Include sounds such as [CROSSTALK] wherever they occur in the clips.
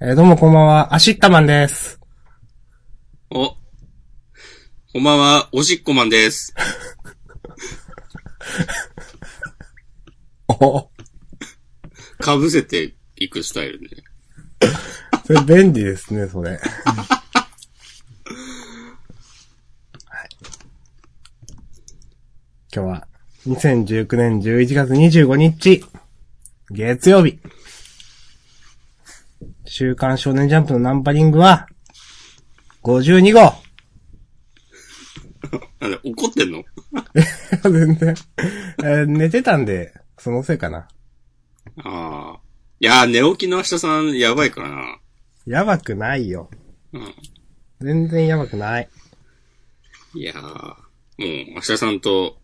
えーどうもこんばんは、アシッタマンです。お。こんばんは、おしっこマンです。おかぶせていくスタイルね。それ便利ですね、それ。はい今日は、2019年11月25日、月曜日。週刊少年ジャンプのナンバリングは、52号なんだ、怒ってんの [LAUGHS] 全然、えー寝てたんで、そのせいかな。ああ。いやー、寝起きの明日さん、やばいからな。やばくないよ。うん。全然やばくない。いやー、もう、明日さんと、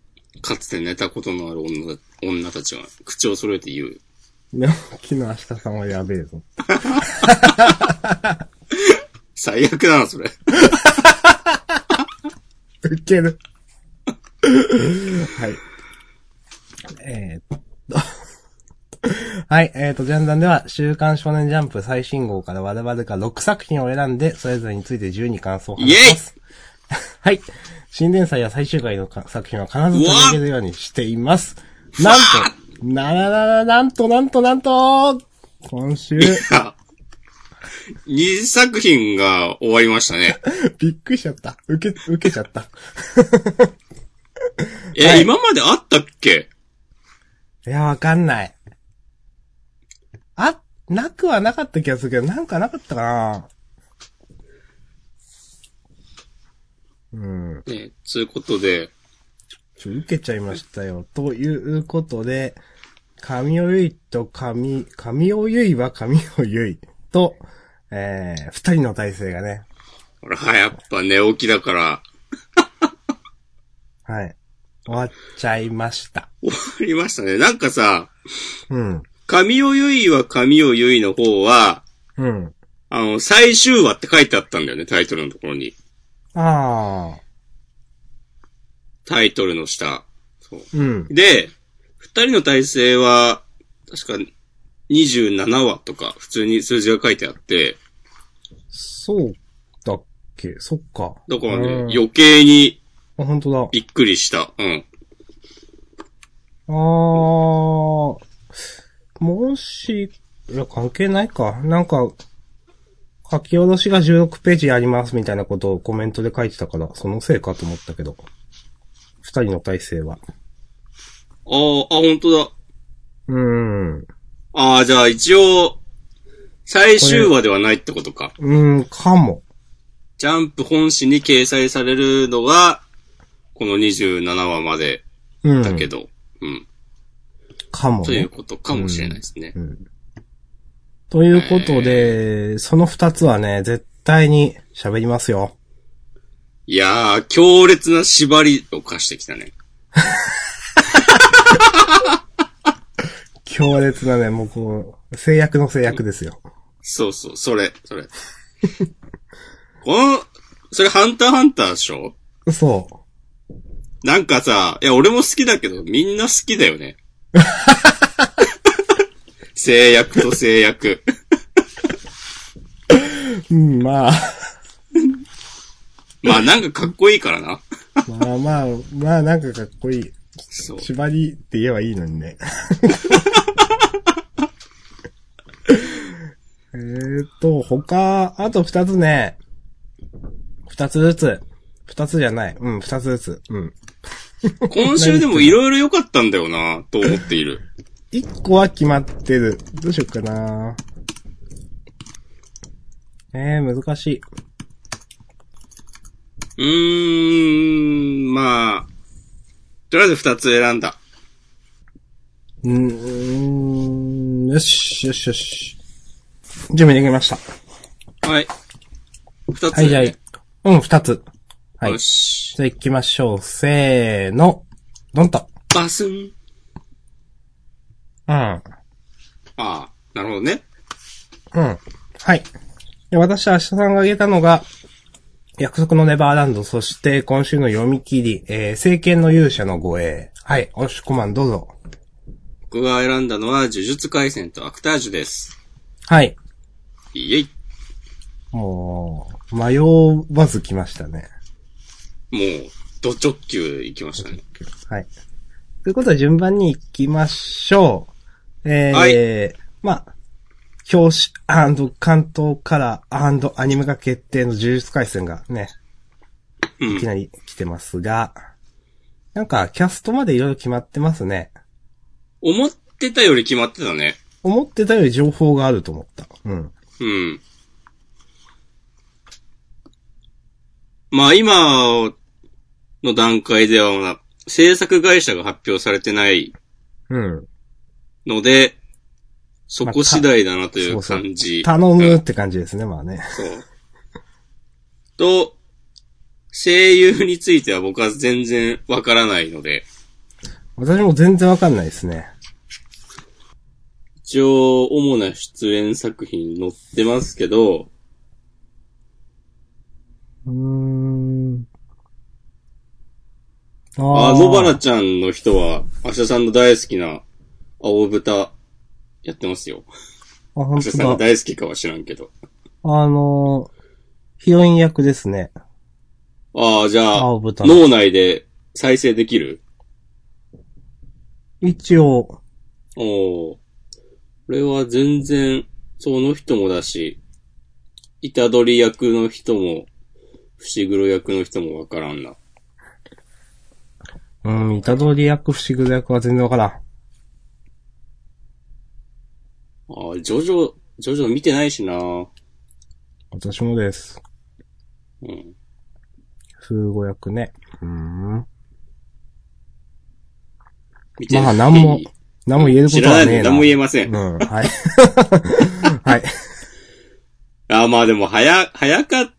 かつて寝たことのある女、女たちは、口を揃えて言う。寝起きの明日さんはやべえぞ。最悪だな、それ。 [LAUGHS] ウケる。はい。えーっと。はい、えーっと、ジャンダンでは、週刊少年ジャンプ最新号から我々が6作品を選んで、それぞれについて自由に感想を話します。 [LAUGHS] はい。新連載や最終回のか作品は必ず取り上げるようにしています。なんと、なららら、なんとなんとなんと、今週、 2作品が終わりましたね。びっくりしちゃった。受け、受けちゃった。え、はい今まであったっけいや、わかんない。あ、なくはなかった気がするけど、なんかなかったかなうん。ね、そういうことで、ちょ、受けちゃいましたよ。ということで、神尾ゆいと神、神尾ゆいは神尾ゆいと、えー、二人の体制がね。ほら、やっぱ寝起きだから、はい。終わっちゃいました。終わりましたね。なんかさ、うん。神尾ゆいは神尾ゆいの方は、うん。あの、最終話って書いてあったんだよね、タイトルのところに。あタイトルの下。そう。ー。うん。で、二人の体制は、確か27話とか、普通に数字が書いてあって、そうだっけそっか。だからね、うん余計にあ、本当だ。びっくりした。うん。あー、もし、いや、関係ないか。なんか、書き下ろしが16ページありますみたいなことをコメントで書いてたから、そのせいかと思ったけど。二人の体制は。あーあ、本当だ。うーん。ああ、じゃあ一応、最終話ではないってことか。うーん、かも。ジャンプ本誌に掲載されるのが、この27話までうん。だけど、うん。かも、というね。ことかもしれないですね。うん。ということで、その二つはね、絶対に喋りますよ。いやー、強烈な縛りを課してきたね。強烈なね、もうこう、制約の制約ですよ。そうそう、それ、 [LAUGHS] それ。この、それハンターハンターでしょそう。なんかさ、いや、俺も好きだけど、みんな好きだよ [LAUGHS] ね。制約と制約。うん、まあ。まあ、なんかかっこいいからな。まあまあ、まあなんかかっこいい。そう。縛りって言えばいいのにね。 [LAUGHS] えーっと、他、あと二つね。二つずつ。二つじゃない。うん、二つずつ。うん。今週でもいろいろ良かったんだよな、と思っている。一個は決まってる。どうしよっかな。えー、難しい。うーん、まあ、とりあえず二つ選んだ。うーん、よし、よし、よし。準備できました。はい。二つ、はい、じゃあ、うん、二つ。はいよ。し。じゃあ行きましょう。せーの。どんと。バスン。うん。ああ、なるほどね。うん。はい。で私、明日さんが挙げたのが、約束のネバーランド、そして今週の読み切り、えー、聖剣の勇者の護衛。はい。おしこまん、どうぞ。僕が選んだのは、呪術廻戦とアクタージュです。はい。イエイ。もう、迷わず来ましたね。もう、ド直球行きましたね。はい。ということで順番に行きましょう。えー、はいまあ、表紙関東カラーアニメ化決定の呪術回戦がね、ういきん。なり来てますが、なんかキャストまでいろいろ決まってますね。思ってたより決まってたね。思ってたより情報があると思った。うん。うん。まあ今の段階ではまだ制作会社が発表されてないうん。ので、そこ次第だなという感じ。頼むって感じですね、まあね。そう。と、声優については僕は全然わからないので、私も全然わかんないですね。一応主な出演作品載ってますけど、うーん。ああ、ー野原ちゃんの人は、明日さんの大好きな青豚やってますよ。あ、明本日さん当がだ。大好きかは知らんけど。あのー、ヒロイン役ですね。ああ、じゃあ、青豚の脳内で再生できる一応、おお。これは全然、その人もだし、イタドリ役の人も、伏黒役の人もわからんな。うん、イタドリ役、不思議役は全然わからん。ああ、ジョジョ、ジョジョ見てないしな私もです。うん。風語役ね。うーん。見てない。まあなんも何も言えるこ知とらなはいねえな。何も言えません。うん、は [LAUGHS] い。はい。ああ、まあでも、早、早かっ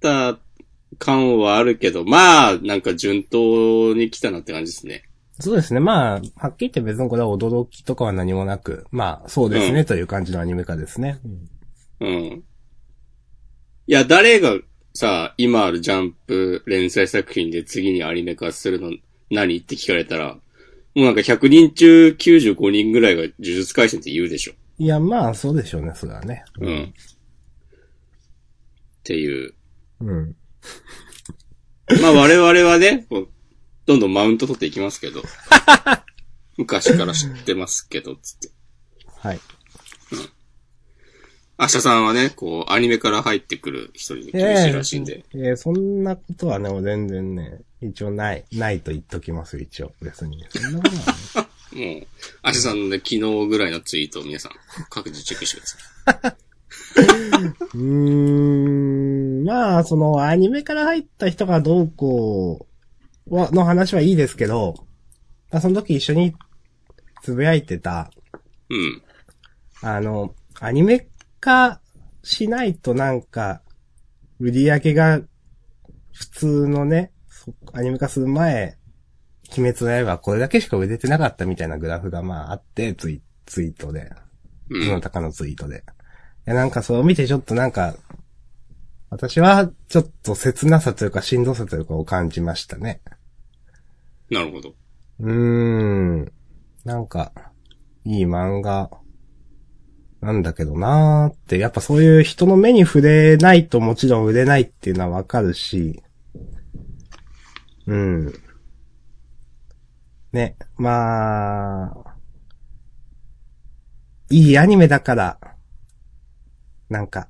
た感はあるけど、まあ、なんか順当に来たなって感じですね。そうですね。まあ、はっきり言って別にこれは驚きとかは何もなく、まあ、そうですね、という感じのアニメ化ですね。うん。いや、誰がさ、今あるジャンプ連載作品で次にアニメ化するの何って聞かれたら、もうなんか100人中95人ぐらいが呪術回戦って言うでしょ。いや、まあ、そうでしょうね、それはね。うん。っていう。うん。まあ我々はね、こうどんどんマウント取っていきますけ [LAUGHS] ど。昔から知ってますけど、つって。はい。明日さんはね、こう、アニメから入ってくる人に厳しいらしいんで。えーそんなことはね、もう全然ね、一応ない、ないと言っときますよ、一応。別に。そんなことはねもう、明日さんのね、昨日ぐらいのツイートを皆さん、各自チェックしてください。うーん、まあ、その、アニメから入った人がどうこう、は、の話はいいですけど、まあその時一緒につぶやいてた、うん。あの、アニメ化しないとなんか、売り上げが普通のね、そアニメ化する前、鬼滅の刃これだけしか売れてなかったみたいなグラフがまああって、ツイツイートで、うそのん。高のツイートで。いやなんかそれを見てちょっとなんか、私はちょっと切なさというかしんどさというかを感じましたね。なるほど。うーん。なんか、いい漫画、なんだけどなーって、やっぱそういう人の目に触れないともちろん売れないっていうのはわかるし、うん。ね、まあ、いいアニメだから、なんか、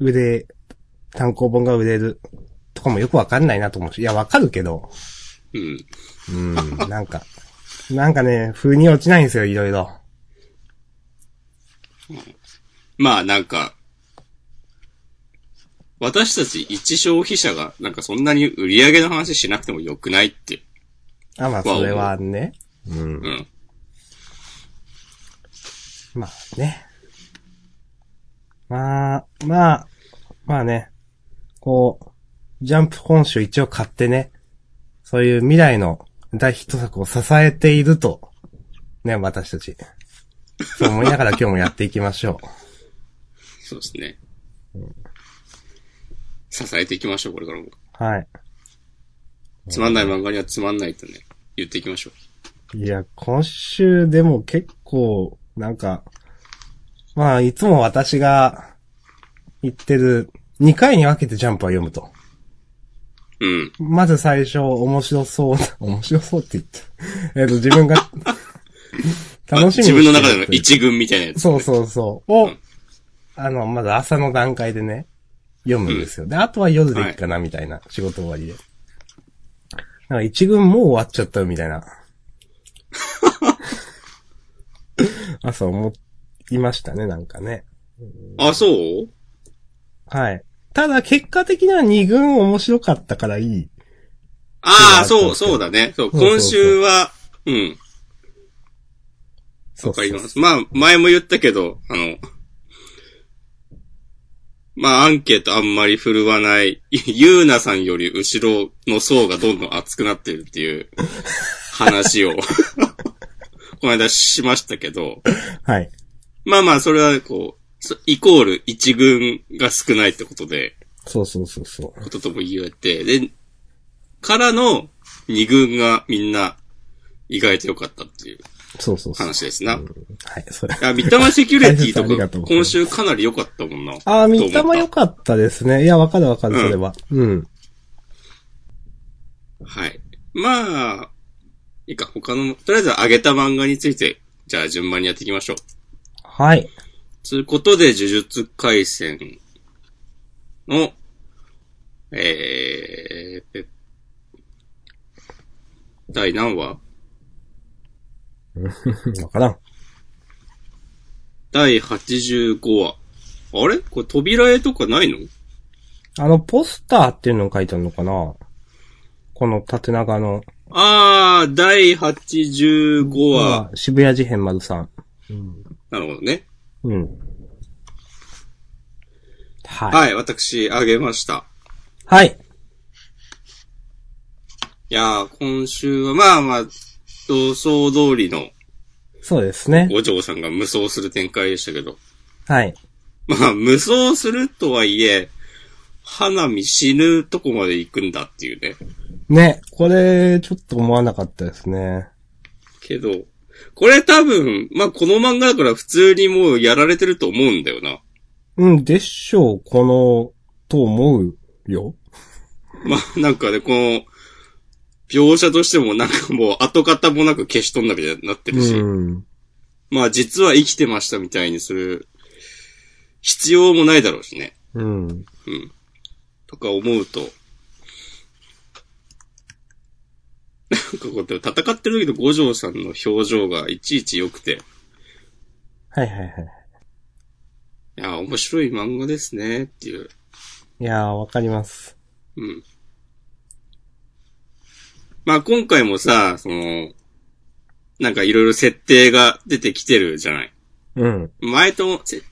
売れ、単行本が売れるとかもよくわかんないなと思うし、いや、わかるけど、うん。うん、なんか、なんかね、風に落ちないんですよ、いろいろ。まあ、なんか、私たち一消費者が、なんかそんなに売り上げの話しなくてもよくないって。あ、まあ、それはね。うん。うん。まあね。まあ、まあ、まあね。こう、ジャンプ本集一応買ってね、そういう未来の大ヒット作を支えていると、ね、私たち。そう思いながら今日もやっていきましょそうですね。支えていきましょう、これからも。う。はい。つまんない漫画にはつまんないとね、言っていきましょう。いや、今週でも結構、なんか、まあ、いつも私が言ってる、2回に分けてジャンプは読むと。うん。まず最初、面白そうな、面白そうって言った。えっと、自 [LAUGHS] 分が、楽しみにしてる自分の中での一軍みたいなやつ。そうそうそう。を、あの、まだ朝の段階でね、読むんですよ。で、あとは夜でいいかな、みたいな、仕事終わりで。なんか一軍もう終わっちゃったよ、みたい [LAUGHS] な。朝思いましたね、なんかね。あ、そうはい。ただ、結果的には二軍面白かったからいい。ああ、っていうのそがあったんでう、すけどそうそうだね。そう、そうそう今週は、うん、そわかりまうす。まあ、前も言ったけど、あの、まあ、アンケートあんまり振るわない、 [LAUGHS] ゆうなさんより後ろの層がどんどん厚くなってるっていう話を、 [LAUGHS] この間しましたけど、そうはい。まあまあ、それはこう、そイコール一軍が少ないってことで、そうそうそうそう。こととも言えて、で、からの二軍がみんな意外と良かったっていうそうそうそう。話ですな。はい、それ。あ、三玉セキュリティ解説ありがととうかございま今す週かなり良かったもんな。ああ、三玉良よかったですね。いや、わかるわかる、それは。うんはい。まあ、いいか、他の、とりあえず上げた漫画について、じゃあ順番にやっていきましょう。はい。つうことで、呪術回戦の、えー、え第何話わからん。第85話。あれこれ扉絵とかないのあの、ポスターっていうのを書いてあるのかなこの縦長の。あー、第85話。渋谷事変丸さん。なるほどね。うん。はい。はい、私、あげました。はい。いやー、今週は、まあまあ、同想通りのそうですね。お嬢さんが無双する展開でしたけど。はい。まあ、無双するとはいえ、花見死ぬとこまで行くんだっていうね。ね、これ、ちょっと思わなかったですね。けど、これ多分、まあこの漫画だから普通にもうやられてると思うんだよな。うん、でしょう、この、と思うよ。まあ、なんかね、この、描写としてもなんかもう跡形もなく消し飛んだみたいになってうるし、ん。まあ実は生きてましたみたいにする必要もないだろうしね。うん。うん。とか思うと、なんかこうやって戦ってる時の五条さんの表情がいちいち良くて、はいはいはい。いや、面白い漫画ですね、っていう。いやー、わかります。うん。まあ今回もさ、その、なんかいろいろ設定が出てきてるじゃない。うん。前とも、せ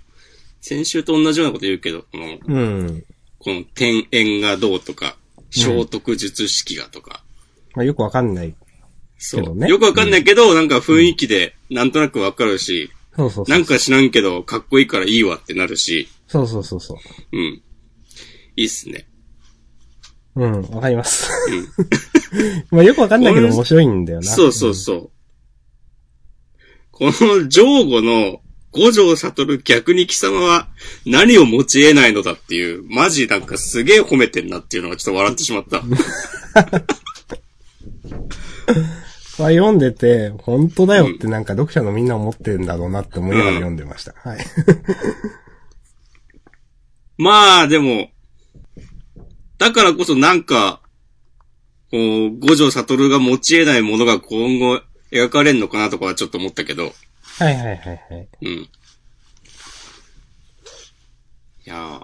先週と同じようなこと言うけど、この、うん。この天縁がどうとか、聖徳術式がとか、まあ、よくわかんない。そけどう、ねよくわかんないけど、なんか雰囲気でなんとなくわかるし、そうそうそなうんか知らんけど、かっこいいからいいわってなるし、そうそうそうそう。うん。いいっすね。うん、わかります。うん。 [LAUGHS] まあよくわかんないけどこれ面白いんだよな。そうそうそう。この、ジョーゴの、五条悟逆に貴様は何を持ち得ないのだっていう、マジなんかすげえ褒めてんなっていうのがちょっと笑ってしまった。まあ読んでて、本当だよってなんか読者のみんな思ってるんだろうなって思いながら読んでました。はい。まあ、でも、だからこそなんか、こう、五条悟が持ち得ないものが今後描かれんのかなとかはちょっと思ったけど、はいはいはいはい。うん。いやー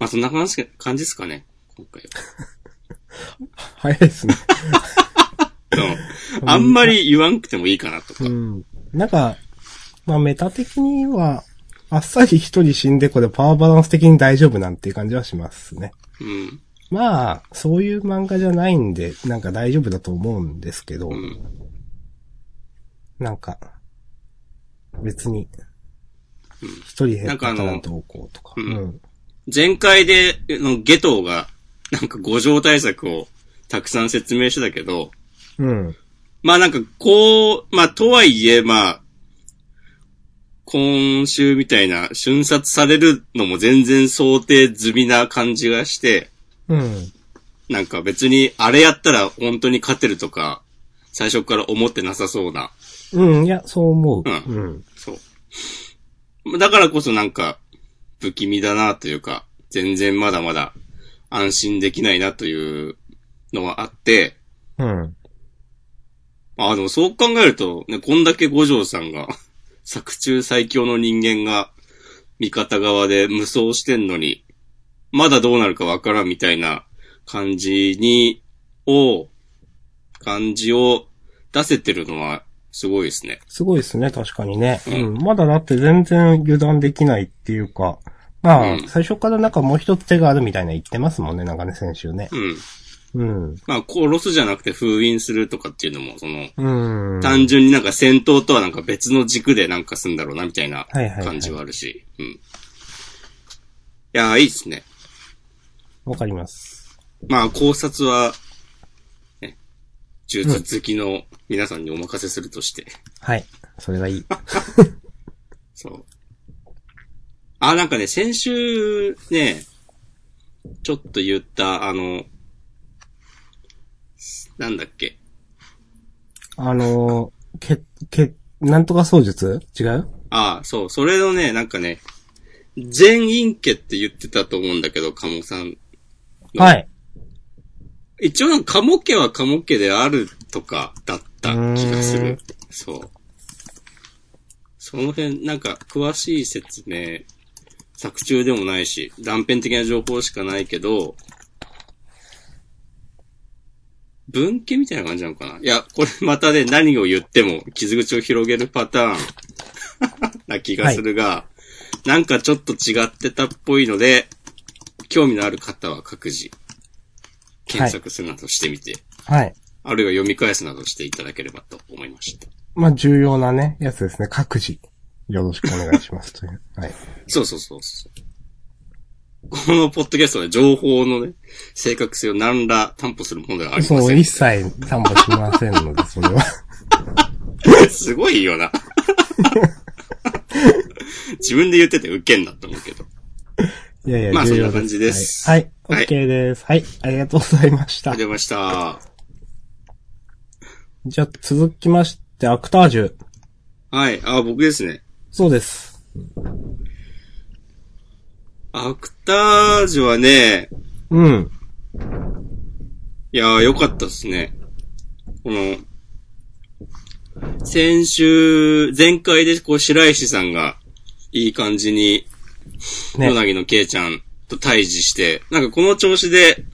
まあそんな感じ感じですかね、今回は。早いですね。うんあんまり言わんくてもいいかなとか。うん。なんか、まあメタ的には、あっさり一人死んでこれパワーバランス的に大丈夫なんていう感じはしますね。うん。まあ、そういう漫画じゃないんで、なんか大丈夫だと思うんですけど、うん。なんか、別に、一人減ったからどうこうとか。なんかあのうん前回で、の、ゲトウが、なんか五条対策をたくさん説明してたけど、うん。まあなんか、こう、まあとはいえ、まあ、今週みたいな瞬殺されるのも全然想定済みな感じがして、うん。なんか別にあれやったら本当に勝てるとか、最初から思ってなさそうな。うん、いや、そう思う。ううん。そう。だからこそなんか、不気味だなというか、全然まだまだ安心できないなというのはあって、うん。ああ、でもそう考えると、ね、こんだけ五条さんが、 [LAUGHS] 作中最強の人間が、味方側で無双してんのに、まだどうなるかわからんみたいな感じに、を、感じを出せてるのは、すごいですね。すごいですね、確かにね。ううんん。まだだって全然油断できないっていうか、まあ、うん最初からなんかもう一つ手があるみたいな言ってますもんね、なんかね、先週ね。うん。うん。まあ、殺すじゃなくて封印するとかっていうのも、その、うん。単純になんか戦闘とはなんか別の軸でなんかすんだろうなみたいないはいはい感じはあるし。うん。いやー、いいっすね。わかります。まあ、考察は、ね、呪術好きの皆さんにお任せするとして。はい。それがいい。そう。あ、なんかね、先週ね、ちょっと言った、あの、なんだっけ。あのー、け、け、なんとか操術違うああ、そう、それのね、なんかね、全員家って言ってたと思うんだけど、カモさん。うんはい。一応なんか、カモ家はカモ家であるとかだった気がすうーるん。そう。その辺、なんか、詳しい説明、作中でもないし、断片的な情報しかないけど、文系みたいな感じなのかないや、これまたね、何を言っても傷口を広げるパターン [LAUGHS] な気がするが、なんかちょっと違ってたっぽいので、興味のある方は各自、検索するなどしてみて、はい。あるいは読み返すなどしていただければと思いました。まあ、重要なね、やつですね。各自。よろしくお願いします。と [LAUGHS] いう。はい。そうそうそうそう。このポッドキャストは情報のね、正確性を何ら担保するものではありまそせう、ん一。切担保しませんので、それ [LAUGHS] は。すごいよな。自分で言っててウケんなと思うけど。いやいや、まあ重要そんな感じですはい。ははいい、OK です。はい。ありがとうございましたあ。りがとうございました。じゃあ、続きまして、アクタージュ。はい。あ、僕ですね。そうです。アクタージュはね、うん。いやー、良かったですね。この、先週、前回で、こう、白石さんが、いい感じに、ねヨナギのケイちゃんと対峙して、なんかこの調子で、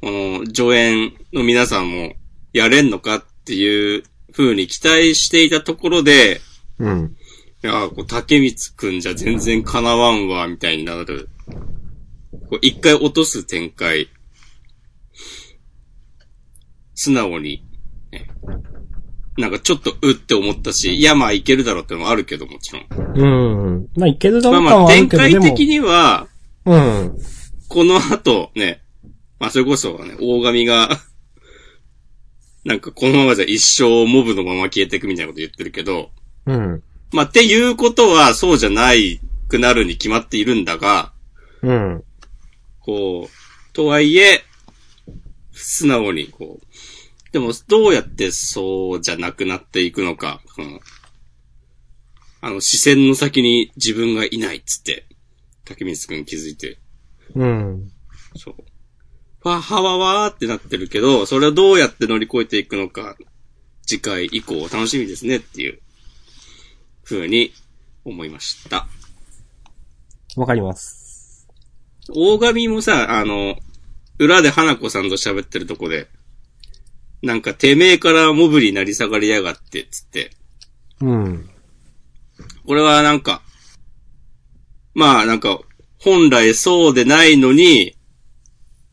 この、助演の皆さんも、やれんのかっていう風に期待していたところで、うん。いやーこう、竹光くんじゃ全然叶わんわ、みたいになる。こう、一回落とす展開。素直に、ねなんかちょっとうって思ったし、いやまあいけるだろうってのもあるけどもちろん。うん。まあ、いけるだまろあう感まあはある展けど、開でも的。には、うん。この後ね、まあそれこそね、大神が、 [LAUGHS] なんかこのままじゃ一生モブのまま消えていくみたいなこと言ってるけど、うん。まあっていうことはそうじゃないくなるに決まっているんだが、うん。こう、とはいえ、素直にこう、でもどうやってそうじゃなくなっていくのか、このあの視線の先に自分がいないっつって、竹光くん気づいて、うん。そう。わはわわーってなってるけど、それをどうやって乗り越えていくのか、次回以降楽しみですねっていう、風に思いました。わかります。大神もさ、あの、裏で花子さんと喋ってるとこで、なんかてめえからモブになり下がりやがって、つって。うん。これはなんか、まあなんか、本来そうでないのに、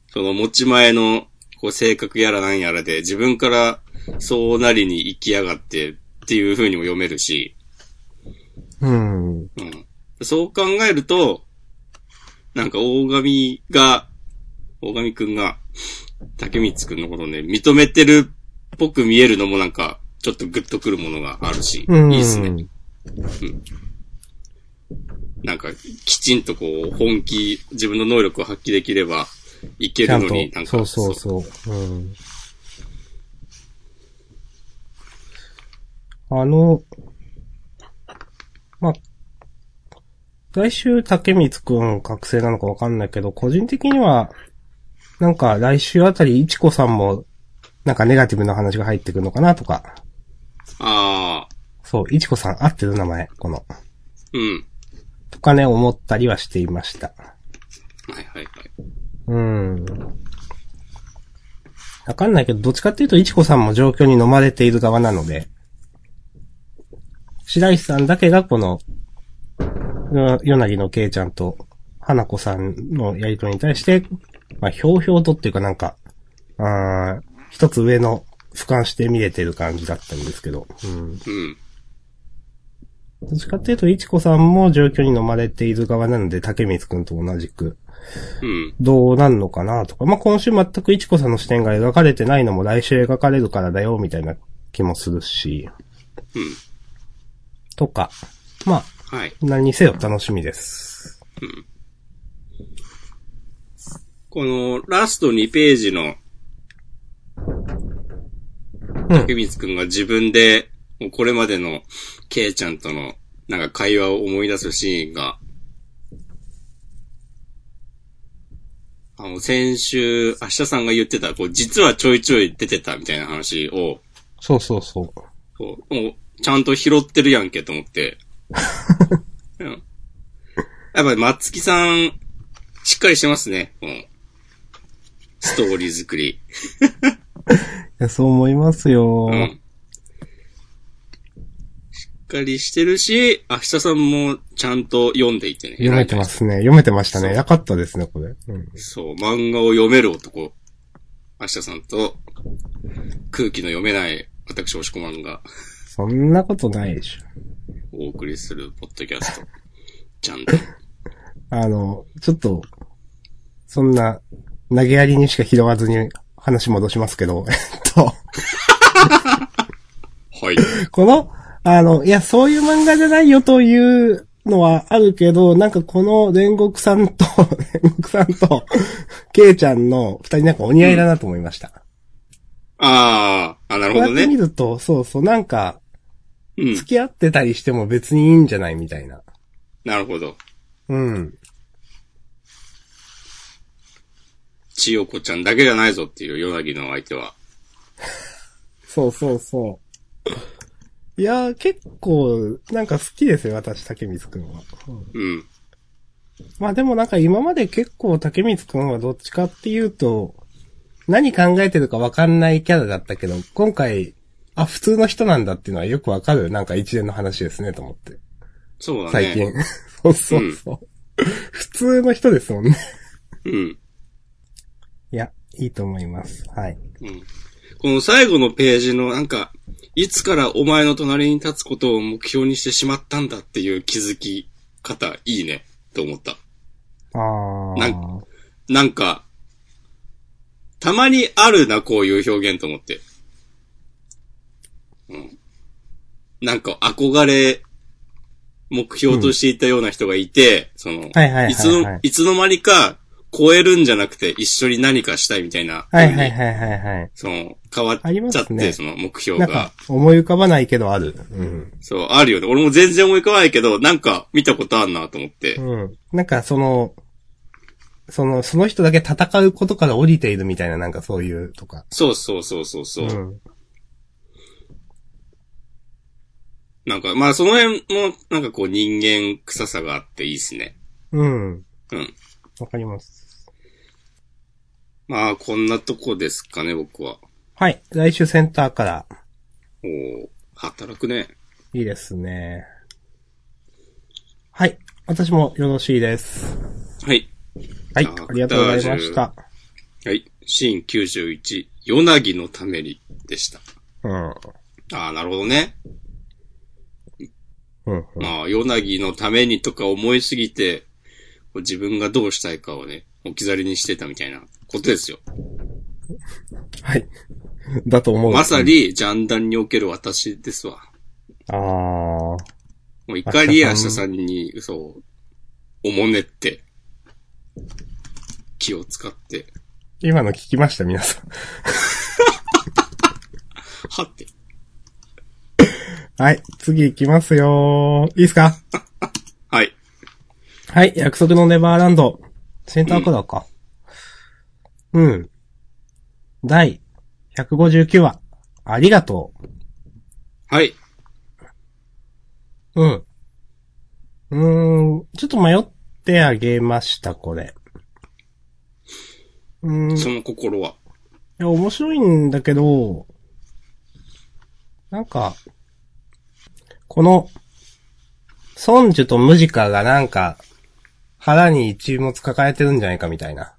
その持ち前のこう性格やらなんやらで自分からそうなりに行きやがってっていう風にも読めるし、うん。うん。そう考えると、なんか大神が、大神くんが、竹光くんのことをね、認めてるっぽく見えるのもなんか、ちょっとグッとくるものがあるし、いいっすね。なんか、きちんとこう、本気、自分の能力を発揮できれば、いけちゃるんのとに、なん。か、そうそうう。そう。うん。あの、まあ、来週、竹光くん覚醒なのかわかんないけど、個人的には、なんか来週あたり、いちこさんも、なんかネガティブな話が入ってくるのかなとか。ああ、そう、いちこさん合ってる名前、この。うん。とかね、思ったりはしていました。はいはいはい。うん。わかんないけど、どっちかっていうと、いちこさんも状況に飲まれている側なので、白石さんだけがこの、よ柳のけいちゃんと、花子さんのやりとりに対して、まあ、ひょうひょうとっていうかなんか、あー一つ上の俯瞰して見れてる感じだったんですけど、うん。うん。どっちかっていうと、いちこさんも状況に飲まれている側なので、竹光くんと同じく、うん。どうなんのかなとか。まあ、今週全くいちこさんの視点が描かれてないのも来週描かれるからだよ、みたいな気もするし。うん。とか。まあ、はい。何にせよ楽しみです。この、ラスト2ページの、うんケ。ミツくんが自分で、もうこれまでの、ケイちゃんとの、なんか会話を思い出すシーンが、あの、先週、明日さんが言ってた、こう、実はちょいちょい出てたみたいな話を、そうそうそう。こう、もう、ちゃんと拾ってるやんけと思 [LAUGHS] って。うん。やっぱり、松木さん、しっかりしてますね、もう。ストーリー作り。いやそう思いますよ。うん。しっかりしてるし、明日さんもちゃんと読んでいてね。読めてますね。読めてましたそね。うよかったですね、これ。うん。そう、漫画を読める男。明日さんと、空気の読めない、私、押し込まんがそんなことないでしょ。お送りする、ポッドキャスト。じゃんと。あの、ちょっと、そんな、投げやりにしか拾わずに話戻しますけど、えっと。はい。この、あの、いや、そういう漫画じゃないよというのはあるけど、なんかこの煉獄さんと、 [LAUGHS] 煉獄さんと、ケイちゃんの二人なんかお似合いだなと思いました。あー、あ、なるこほうどやって見ね。ると、そうそう、なんか、うん付。き合ってたりしても別にいいんじゃないみたいな。なるほど。うん。千代子ちゃんだけじゃないぞっていう、夜なの相手は。そうそうそう。いやー、結構、なんか好きですよ、私、竹光くんは。うん。まあでもなんか今まで結構竹光くんはどっちかっていうと、何考えてるかわかんないキャラだったけど、今回、あ、普通の人なんだっていうのはよくわかる、なんか一連の話ですね、と思って。そうだね。最近。 [LAUGHS] そうそうそう。普通の人ですもんね。うん。いや、いいと思います。はい。うんこの最後のページのなんか、いつからお前の隣に立つことを目標にしてしまったんだっていう気づき方、いいね、と思った。あなー。なんか、たまにあるな、こういう表現と思って。うん。なんか、憧れ、目標としていたような人がいて、そはいの、はいはいはいいつの、いつの間にか、超えるんじゃなくて、一緒に何かしたいみたいな、はいはいはいはいはい。その、変わっありまちゃっすて、ねその目標なんがか。、思い浮かばないけどある。うん。そう、あるよね。俺も全然思い浮かばないけど、なんか見たことあんなと思って。うん。なんかその、その、その人だけ戦うことから降りているみたいな、なんかそういうとか。そうそうそうそうそう、ん。なんか、まあその辺も、なんかこう人間臭さがあっていいっすね。うん。うん。わかります。まあこんなとこですかね、僕は。はい。来週センターから。おー働くね。いいですね。はい。私もよろしいです。はい。はい。あありがとうございました。はい。シーン91、ヨナギのためにでした。うん。ああ、なるほどね。うん。まあ、ヨナギのためにとか思いすぎて、こう自分がどうしたいかをね、置き去りにしてたみたいなことですよ。はい。だと思う。まさ。に、ジャンダンにおける私ですわ。あー。もう怒りや明日さんに、そう、おもねって、気を使って、今の聞きました、皆さん。はって。はい、次行きますよいいですかはい。はい、約束のネバーランド。センタークラーか。うん。第159話、ありがとはい。う。うん。うーん、ちょっと迷ってあげました、これ。うーん、いその心は。や、面白いんだけど、なんか、この、ソンジュとムジカがなんか、腹に一物抱えてるんじゃないかみたいな。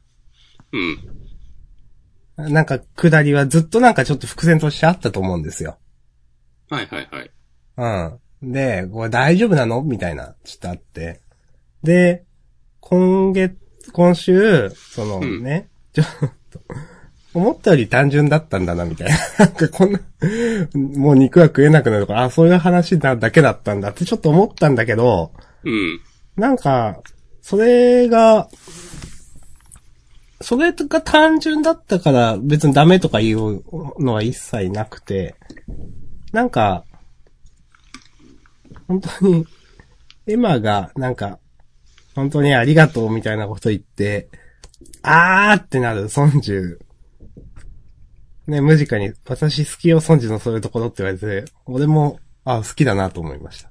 うん。なんか、下りはずっとなんかちょっと伏線としてあったと思うんですよ。はいはいはい。うん。で、これ大丈夫なのみたいな、ちょっとあって。で、今月、今週、そのうんね、ちょっと、思ったより単純だったんだな、みたいな。なんかこんな、もう肉は食えなくなるとか、あ、そういう話だだけだったんだってちょっと思ったんだけど、うん。なんか、それが、それが単純だったから別にダメとか言うのは一切なくて、なんか、本当に、エマがなんか、本当にありがとうみたいなこと言って、あーってなる、ソンジュ。ね、無ジカに、私好きよ、ソンジュのそういうところって言われて、俺も、あ、好きだなと思いました。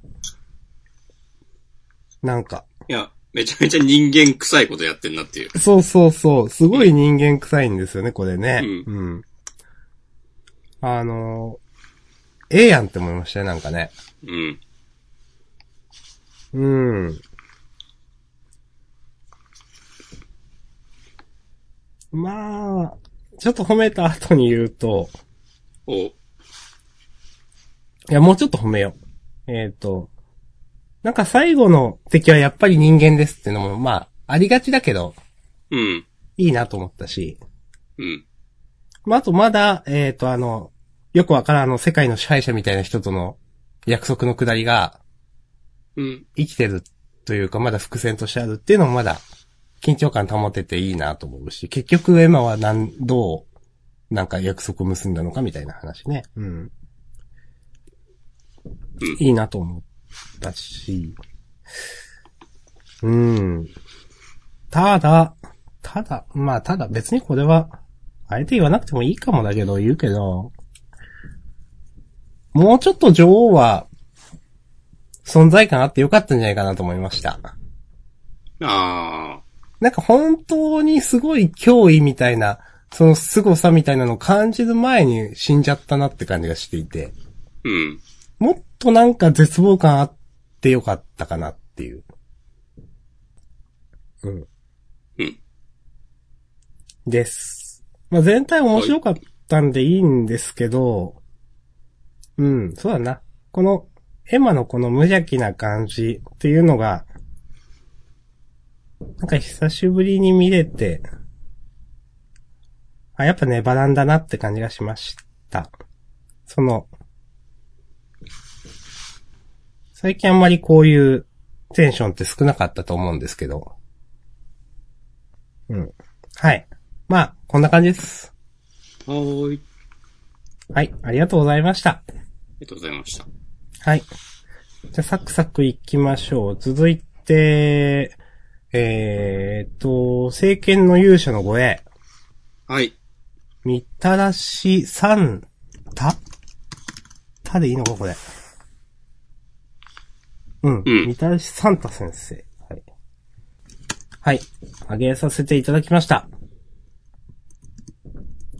なんか、いや、めちゃめちゃ人間臭いことやってんなっていう。そうそうそう。すごい人間臭いんですよね、これね。ううん。あのー、ええやんって思いましたね、なんかね。うん。うん。まあ、ちょっと褒めた後に言うと、お、いや、もうちょっと褒めよう。えっ、と、なんか最後の敵はやっぱり人間ですっていうのも、まあ、ありがちだけど、うん。いいなと思ったし。うん。まあ、あとまだ、えっ、と、あの、よくわからんあの世界の支配者みたいな人との約束のくだりがうん。生きてるというか、まだ伏線としてあるっていうのもまだ緊張感保てていいなと思うし、結局エマはなん、どう、なんか約束を結んだのかみたいな話ね。うん。いいなと思ったし、うん。ただ、ただ、まあただ別にこれは、あえて言わなくてもいいかもだけど言うけど、もうちょっと女王は存在感あってよかったんじゃないかなと思いました。ああ。なんか本当にすごい脅威みたいな、その凄さみたいなのを感じる前に死んじゃったなって感じがしていて、うん。もっとなんか絶望感あってよかったかなっていう。うん。うん。です。まあ、全体面白かったんでいいんですけど、うん、そうだな。この、エマのこの無邪気な感じっていうのが、なんか久しぶりに見れて、あ、やっぱね、バランだなって感じがしました。その、最近あんまりこういうテンションって少なかったと思うんですけど。うん。はい。まあ、こんな感じです。はーい。はい。ありがとうございました。ありがとうございました。はい。じゃあ、サクサク行きましょう。続いて、えーっと、聖剣の勇者の護衛、はい。みたらしさん、たたでいいのか、これ。うん。うんみたらしサンタ先生。はい。はい。あげさせていただきました。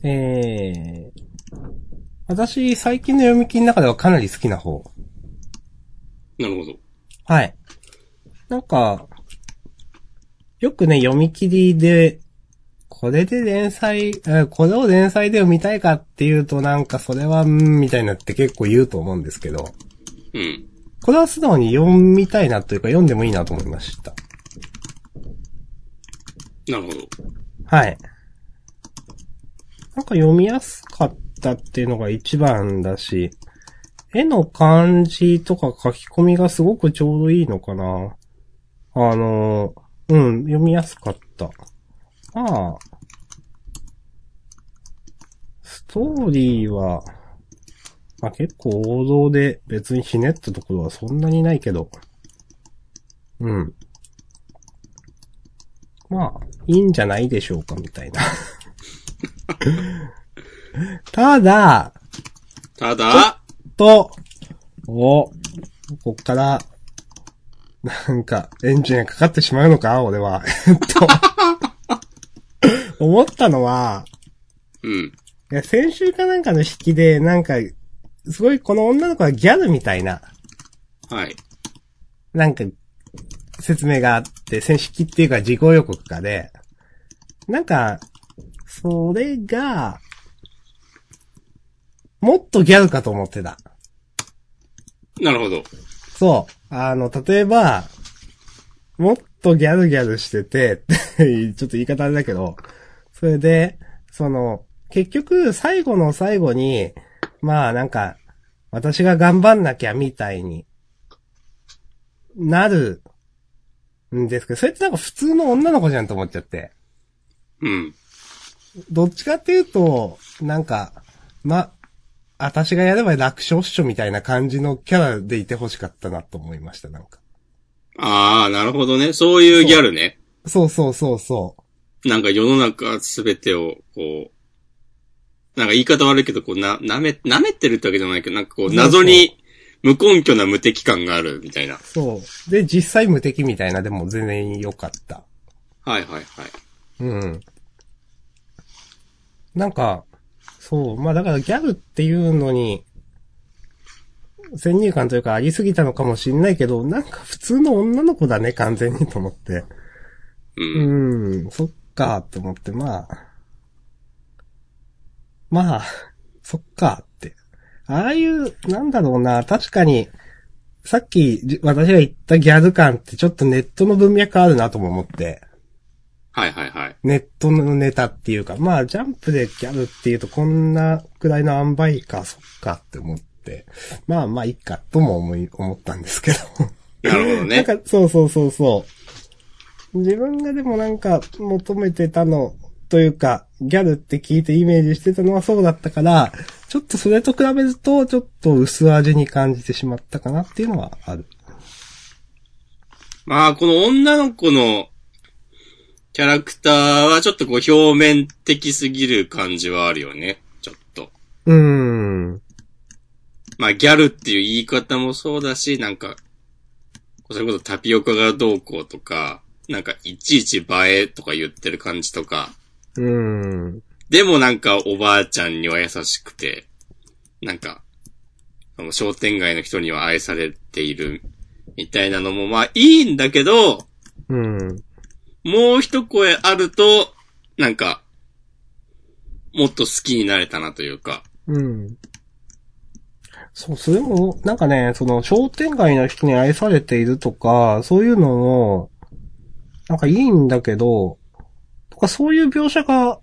えー。私、最近の読み切りの中ではかなり好きな方。なるほど。はい。なんか、よくね、読み切りで、これで連載、えーこれを連載で読みたいかっていうとなんかそれは、うんみたいなって結構言うと思うんですけど、うん。これは素直に読みたいなというか読んでもいいなと思いました。なるほど。はい。なんか読みやすかったっていうのが一番だし、絵の感じとか書き込みがすごくちょうどいいのかな。あのーうん、読みやすかった。まあ、ストーリーは、まあ結構王道で別にひねったところはそんなにないけど、うん。まあ、いいんじゃないでしょうか、みたいな。 [LAUGHS] ただ、ただ、と、お、こっから、なんか、エンジンがかかってしまうのか俺は。えっと、思ったのは、うん。いや、先週かなんかの引きで、なんか、すごいこの女の子はギャルみたいな、はい。なんか、説明があって、先式っていうか事項予告かで、なんか、それが、もっとギャルかと思ってた。なるほど。そう。あの、例えば、もっとギャルギャルしてて、 [LAUGHS] ってちょっと言い方あれだけど、それで、その、結局、最後の最後に、まあなんか、私が頑張んなきゃみたいになるんですけど、それってなんか普通の女の子じゃんと思っちゃって。うん。どっちかっていうと、なんか、ま、私がやれば楽勝っしょみたいな感じのキャラでいてほしかったなと思いました、なんか。ああ、なるほどね。そういうギャルね。そうそうそうそう。なんか世の中すべてを、こう、なんか言い方悪いけど、こう、な、舐め、舐めてるってわけじゃないけど、なんかこう、謎に無根拠な無敵感があるみたいな。そう。で、実際無敵みたいなでも全然良かった。はいはいはい。うん。なんか、そう。まあだからギャルっていうのに、先入観というかありすぎたのかもしんないけど、なんか普通の女の子だね、完全にと思って。うん。うん、そっか、と思って、まあ。まあ、そっか、って。ああいう、なんだろうな、確かに、さっきじ私が言ったギャル感ってちょっとネットの文脈あるなとも思って。はいはいはい。ネットのネタっていうか、まあ、ジャンプでギャルっていうとこんなくらいの塩梅か、そっかって思って。まあまあ、いいか、とも思い、思ったんですけど。なるほどね。なんか、そうそうそうそう。自分がでもなんか求めてたの、というか、ギャルって聞いてイメージしてたのはそうだったから、ちょっとそれと比べると、ちょっと薄味に感じてしまったかなっていうのはある。まあ、この女の子のキャラクターはちょっとこう表面的すぎる感じはあるよね。ちょっと。うーん。まあ、ギャルっていう言い方もそうだし、なんか、それこそタピオカがどうこうとか、なんかいちいち映えとか言ってる感じとか、うーん。でもなんかおばあちゃんには優しくて、なんか、その商店街の人には愛されているみたいなのもまあいいんだけど、うん。もう一声あると、なんか、もっと好きになれたなというか。うん。そう、それも、なんかね、その、商店街の人に愛されているとか、そういうのも、なんかいいんだけど、とかそういう描写が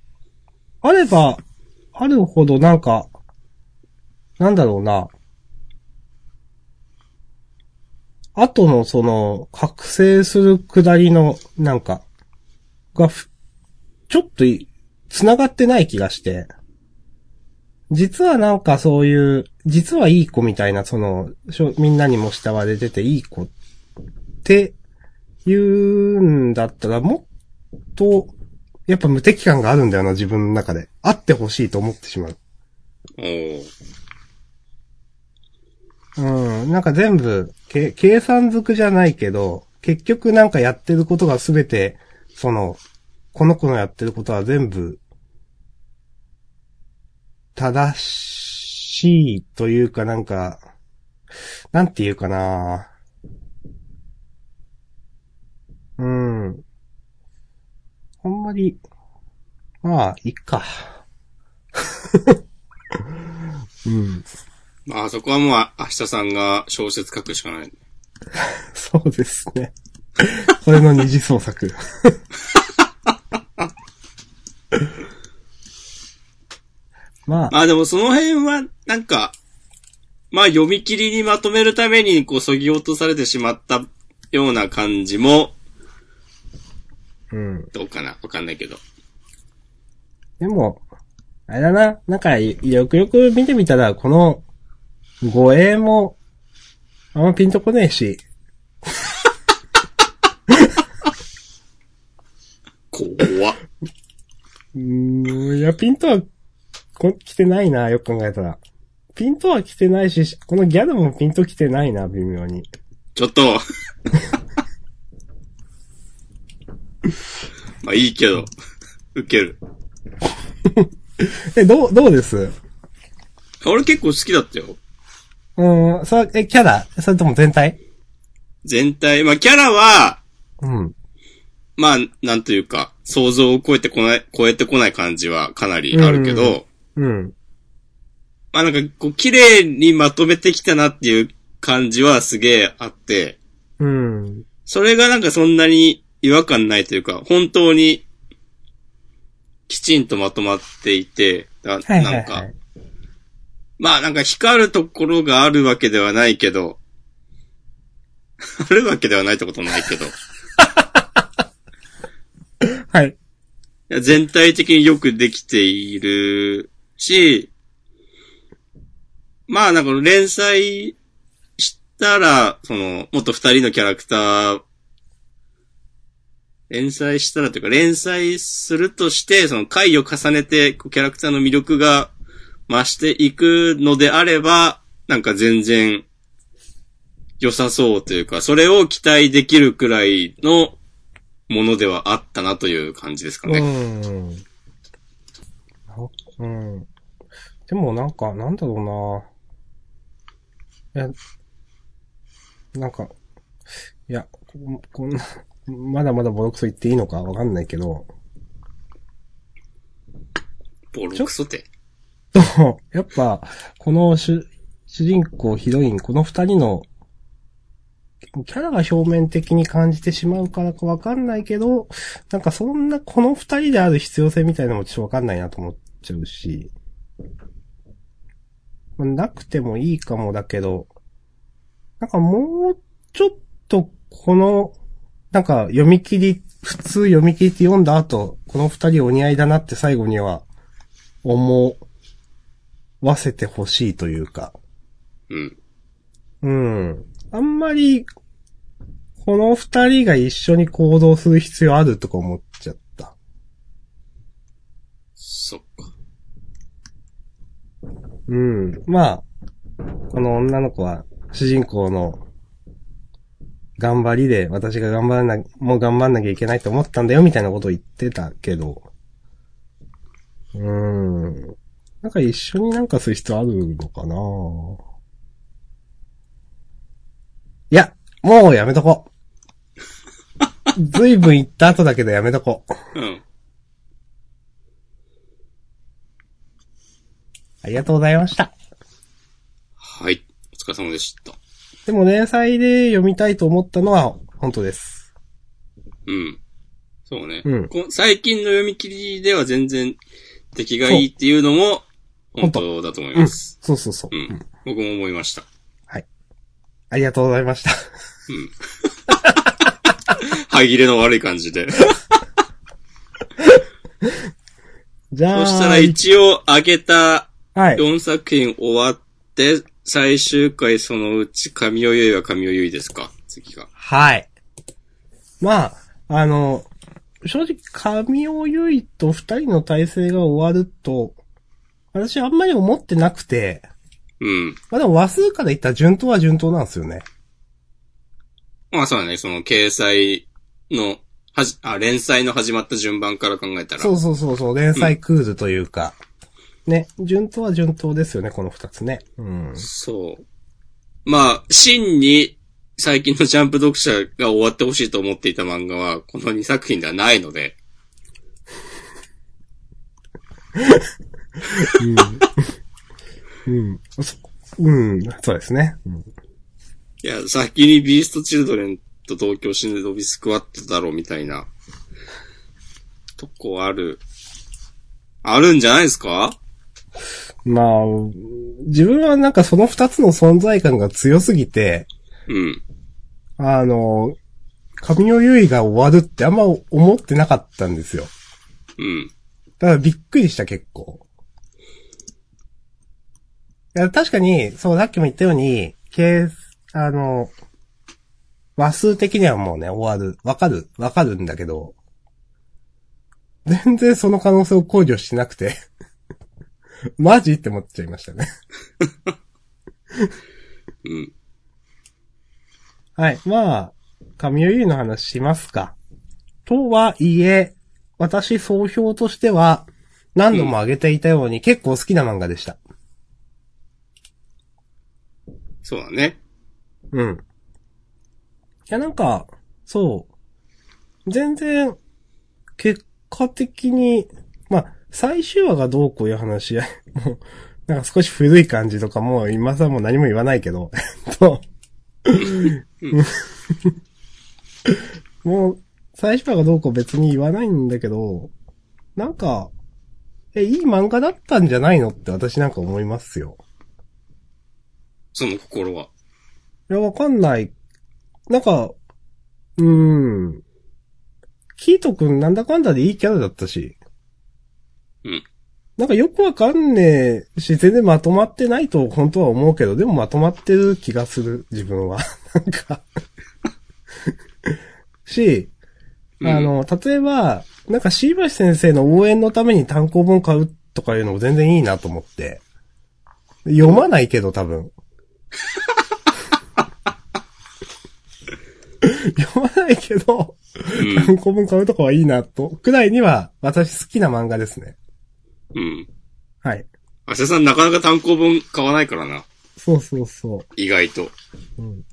あれば、あるほどなんか、なんだろうな。後のその、覚醒するくだりの、なんか、がふ、ちょっとい、繋がってない気がして。実はなんかそういう、実はいい子みたいな、その、しょみんなにも慕われてていい子って言うんだったら、もっと、やっぱ無敵感があるんだよな、自分の中で。あってほしいと思ってしまう。おーうん、なんか全部、け計算づくじゃないけど、結局なんかやってることがすべて、その、この子のやってることは全部、正しいというかなんか、なんていうかなうん。あんまり、まあ、いっか。 [LAUGHS] うん。まあそこはもうあ明日さんが小説書くしかない。 [LAUGHS] そうですね。これの二次創作。 [LAUGHS] まあ、まあでもその辺は、なんか、まあ読み切りにまとめるためにこうそぎ落とされてしまったような感じもうん。どうかなわかんないけど。でも、あれだな。なんか、いよくよく見てみたら、この、護衛も、あんまピンとこねえし、怖っ。うーん、いや、ピンとは、こ、来てないな、よく考えたら。ピンとは来てないし、このギャルもピンと来てないな、微妙に。ちょっと。 [LAUGHS] まあいいけど、ウケる。え、どう、どうです俺結構好きだったよ。うーん、それ、え、キャラそれとも全体全体、まあキャラは、うん。まあ、なんというか、想像を超えてこない、超えてこない感じはかなりあるけど、うんうん。まあなんか、こう、綺麗にまとめてきたなっていう感じはすげえあって、うん。それがなんかそんなに違和感ないというか、本当に、きちんとまとまっていて、だはいはい、はい。なんか、まあなんか光るところがあるわけではないけど、 [LAUGHS] あるわけではないってこともないけど、いはい。や全体的によくできているし、まあなんか連載したら、その、もっと二人のキャラクター、連載したらというか、連載するとして、その回を重ねて、こうキャラクターの魅力が増していくのであれば、なんか全然良さそうというか、それを期待できるくらいのものではあったなという感じですかうね。ん。なんうん。でもなんか、なんだろうな。いや、なんか、いや、ここんな、まだまだボロクソ言っていいのかわかんないけど、ボロクソって。 [LAUGHS] やっぱ、この主主人公、ヒロイン、この二人の、キャラが表面的に感じてしまうからかわかんないけど、なんかそんなこの二人である必要性みたいなのもちょっとわかんないなと思っちゃうし、まあなくてもいいかもだけど、なんかもうちょっとこの、なんか読み切り、普通読み切りって読んだ後、この二人お似合いだなって最後には思わせてほしいというか。うん。うん。あんまり、この二人が一緒に行動する必要あるとか思っちゃった。そっか。うん。まあ、この女の子は主人公の頑張りで私が頑張らな、もう頑張んなきゃいけないと思ったんだよみたいなことを言ってたけど。うん。なんか一緒になんかする必要あるのかないや、もうやめとこ。ずいぶん言った後だけどやめとこ。うん。ありがとうございました。はい。お疲れ様でした。でも連載で読みたいと思ったのは本当です。うん。そうね。うんこ最近の読み切りでは全然出来がいいっていうのもそう本当だと思いうん。ます。そうそうそう。うん。僕も思いました。ありがとうございました。歯切れの悪い感じで。じゃそあ。したら一応上げたはい。 4作品終わって、最終回そのうち神尾結衣は神尾結衣ですか次が。はい。まあ、あの、正直、神尾優衣と二人の体制が終わると、私あんまり思ってなくて、うん。まあでも和数から言ったら順当は順当なんですよね。まあそうだね。その掲載の、はじ、あ、連載の始まった順番から考えたら。そうそうそうそう、連載クールというか。ね、順当は順当ですよね、この二つね。うん。そう。まあ、真に最近のジャンプ読者が終わってほしいと思っていた漫画は、この2作品ではないので、うん。そうん、そうですね。うんいや、先にビーストチルドレンと東京シネドビスクワットだろうみたいな、とこある、あるんじゃないですかまあ、自分はなんかその二つの存在感が強すぎて、うん。あの、神尾優衣が終わるってあんま思ってなかったんですよ。うん。だからびっくりした結構。いや、確かに、そう、さっきも言ったように、ケース、あの、話数的にはもうね、終わる。わかる。わかるんだけど、全然その可能性を考慮してなくて、 [LAUGHS] マジって思っちゃいましたね。うん。はい。まあ、神尾優の話しますか。とはいえ、私総評としては、何度も挙げていたように、結構好きな漫画でした。そうだね。うん。いや、なんか、そう。全然、結果的に、まあ、最終話がどうこういう話、 [LAUGHS] もう、なんか少し古い感じとかも、今さもう何も言わないけど、 [LAUGHS] えっと、 [LAUGHS] もう、最終話がどうこう別に言わないんだけど、なんか、え、いい漫画だったんじゃないのって私なんか思いますよ。その心は。いや、わかんない。なんか、うーん。キートくんなんだかんだでいいキャラだったし。うん。なんかよくわかんねえし、全然まとまってないと本当は思うけど、でもまとまってる気がする、自分は。 [LAUGHS] なんか。し、うんあの、例えば、なんか椎橋先生の応援のために単行本買うとかいうのも全然いいなと思って。読まないけど多 [LAUGHS] 分。読まないけど、う単行本買うとかはいいなと、くらいには私好きな漫画ですね。ん。うん。はい。明日さんなかなか単行本買わないからな。そうそうそ意外と。う。うん、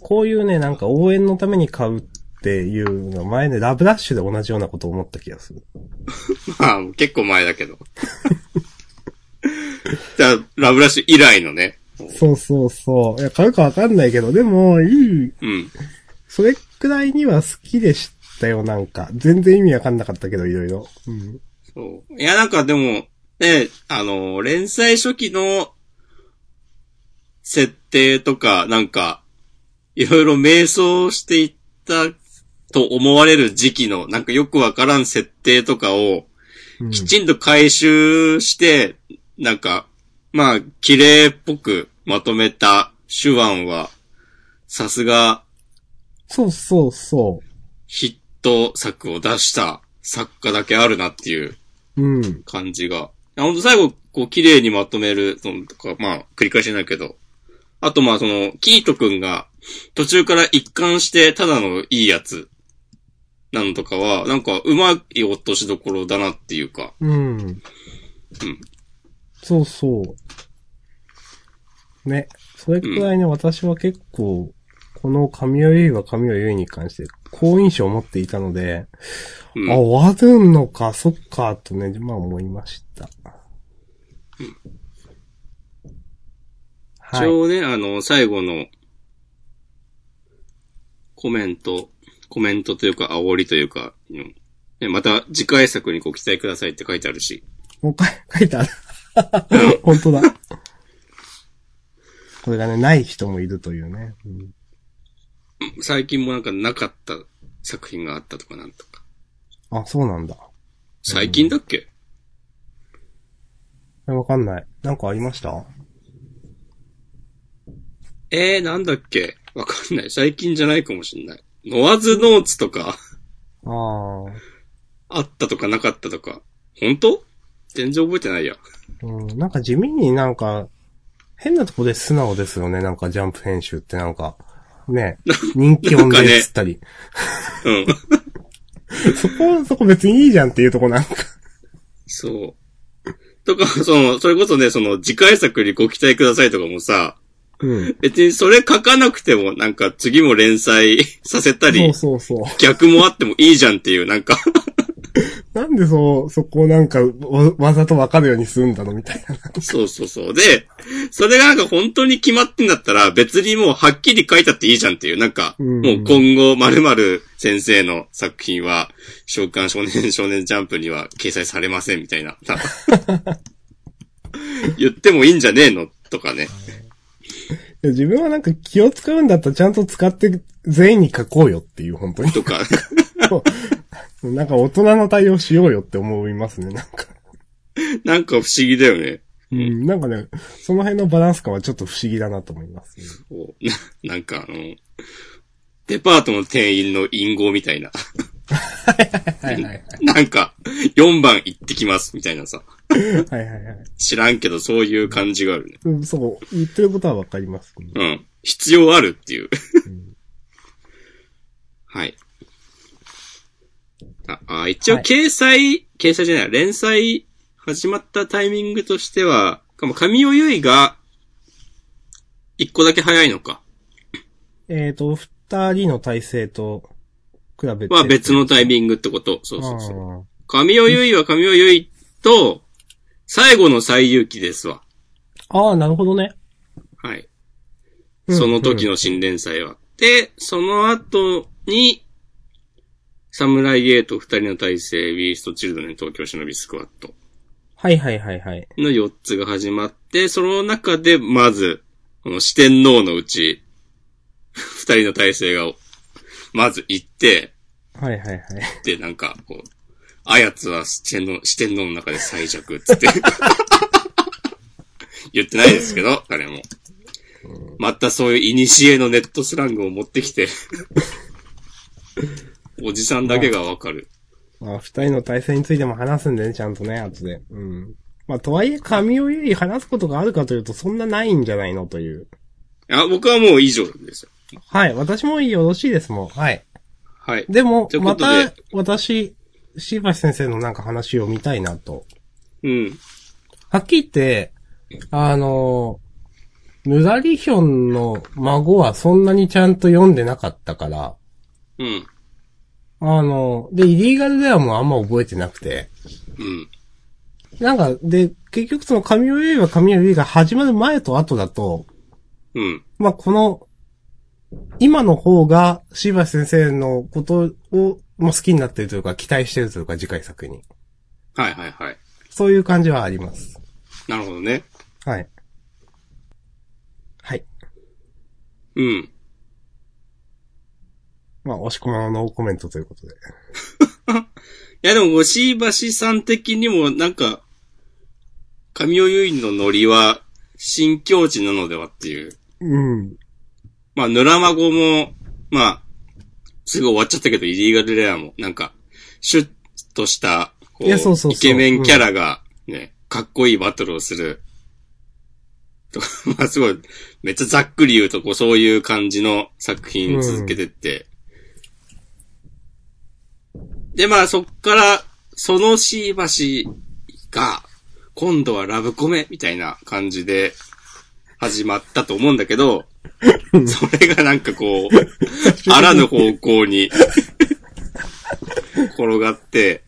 こういうね、なんか応援のために買うっていうのは前ね、ラブラッシュで同じようなことを思った気がする。まあ、結構前だけど。 [LAUGHS] じゃあ、ラブラッシュ以来のね。そうそうそう。いや、買うかわかんないけど、でも、いい、うん。それくらいには好きでしたよ、なんか。全然意味わかんなかったけど、いろいろ。うん。そう。いや、なんかでも、ね、あの、連載初期の設定とか、なんか、いろいろ迷走していったと思われる時期の、なんかよくわからん設定とかを、うんきちんと回収して、なんか、まあ、綺麗っぽくまとめた手腕は、さすがそうそうそヒット作を出した作家だけあるなっていうう。うん。感じが。あほんと最後、こう、綺麗にまとめる、その、とか、まあ、繰り返しになるけど。あと、まあ、その、キートくんが、途中から一貫して、ただのいいやつ、なのとかは、なんか、うまい落としどころだなっていうか。うん。そうそう。ね。それくらいね、私は結構、この神尾優は神尾優に関して、好印象を持っていたので、うん。あ、終わるのか、そっか、とね、まあ思いました。は一い。応ね、あの、最後の、コメント、コメントというか、煽りというか、うんね、また次回作にご期待くださいって書いてあるし。もうか [LAUGHS] 書いてある。本当だ。これがね、ない人もいるというね。うん最近もなんかなかった作品があったとかなんとか。あ、そうなんだ。最近だっけ、えわかんない。なんかありましたえー、なんだっけわかんない。最近じゃないかもしんない。ノアズノーツとか、ああ。あったとかなかったとか。本当全然覚えてないや。うん、なんか地味になんか、変なとこで素直ですよね。なんかジャンプ編集ってなんか、 [LAUGHS] ね、人気音でっつったり。うん。そこ、そこ別にいいじゃんっていうとこなんか。そう。とか、その、それこそね、その、次回作にご期待くださいとかもさ、うん。別にそれ書かなくても、なんか次も連載させた [LAUGHS] そりう、そうそう。逆もあってもいいじゃんっていう、なんか、なんでそう、そこをなんかわ、わざとわかるようにするんだのみたいな。そうそうそう。で、それがなんか本当に決まってんだったら、別にもうはっきり書いたっていいじゃんっていう、なんか、うんもう今後、〇〇先生の作品は、召喚少年少年ジャンプには掲載されませんみたいな。なん [LAUGHS] か言ってもいいんじゃねえのとかね。や自分はなんか気を使うんだったらちゃんと使って全員に書こうよっていう、本当に。とか。 [LAUGHS] [LAUGHS] なんか大人の対応しようよって思いますね、なんか。なんか不思議だよね。うん、なんかね、その辺のバランス感はちょっと不思議だなと思います、こうななんかあの、デパートの店員の隠語みたいな。 [LAUGHS] はいはいなんか、4番行ってきますみたいなさ。はい。はいはいはい。知らんけどそういう感じがあるね。うんそう、言ってることはわかります、ね。うん。必要あるっていう。はい。あ、あ一応はい掲載、掲載じゃない、連載始まったタイミングとしては、かも神尾結衣が、一個だけ早いのか。えっ、と、二人の体制と比べて。は別のタイミングってこと。そうそうそう。あー神尾結衣は神尾結衣と、最後の最有機ですわ。あー、なるほどね。はい。うんその時の新連載は。で、その後に、サムライゲート二人の体制、ウィーストチルドレン東京忍びスクワットはいはいはいはい。の4つが始まって、その中でまず、この四天王のうち、二人の体制が、まず行って、はいはいはい。 [LAUGHS] で、なんか、こう、あやつは四天王、四天王の中で最弱、つって。 [LAUGHS] 言ってないですけど、誰も。またそういう古のネットスラングを持ってきて、おじさんだけがわかる。まあ、二人の体制についても話すんでね、ちゃんとね、後で。うん。まあ、とはいえ、神をゆい話すことがあるかというと、そんなないんじゃないのという。あ、僕はもう以上ですよ。はい。私もよろしいですもん。はい。はい。でもとい、うこまとたで、私、椎橋先生のなんか話を見たいなと。うん。はっきり言って、あの、ヌラリヒョンの孫はそんなにちゃんと読んでなかったから、うん。あの、で、イリーガルではもうあんま覚えてなくて。うん。なんか、で、結局その神尾優は神尾優が始まる前と後だと、うん。まあ、この、今の方が、椎橋先生のことを、まあ、好きになってるというか、期待してるというか、次回作に。はいはいはい。そういう感じはあります。なるほどね。はい。はい。うん。まあ、押し込まのコメントということで。いやでも、しばしさん的にも、なんか、神尾結衣のノリは、新境地なのではっていう。うん。まあ、ぬらまごも、まあ、すぐ終わっちゃったけど、イリーガルレアも、なんか、シュッとした、こいやそうそうそうイケメンキャラが、ね、かっこいいバトルをする。とか、 [LAUGHS] まあ、すごい、めっちゃざっくり言うと、こう、そういう感じの作品続けてって。で、まあ、そっから、そのしばしが、今度はラブコメ、みたいな感じで、始まったと思うんだけど、それがなんかこう、あらぬ方向に転がって、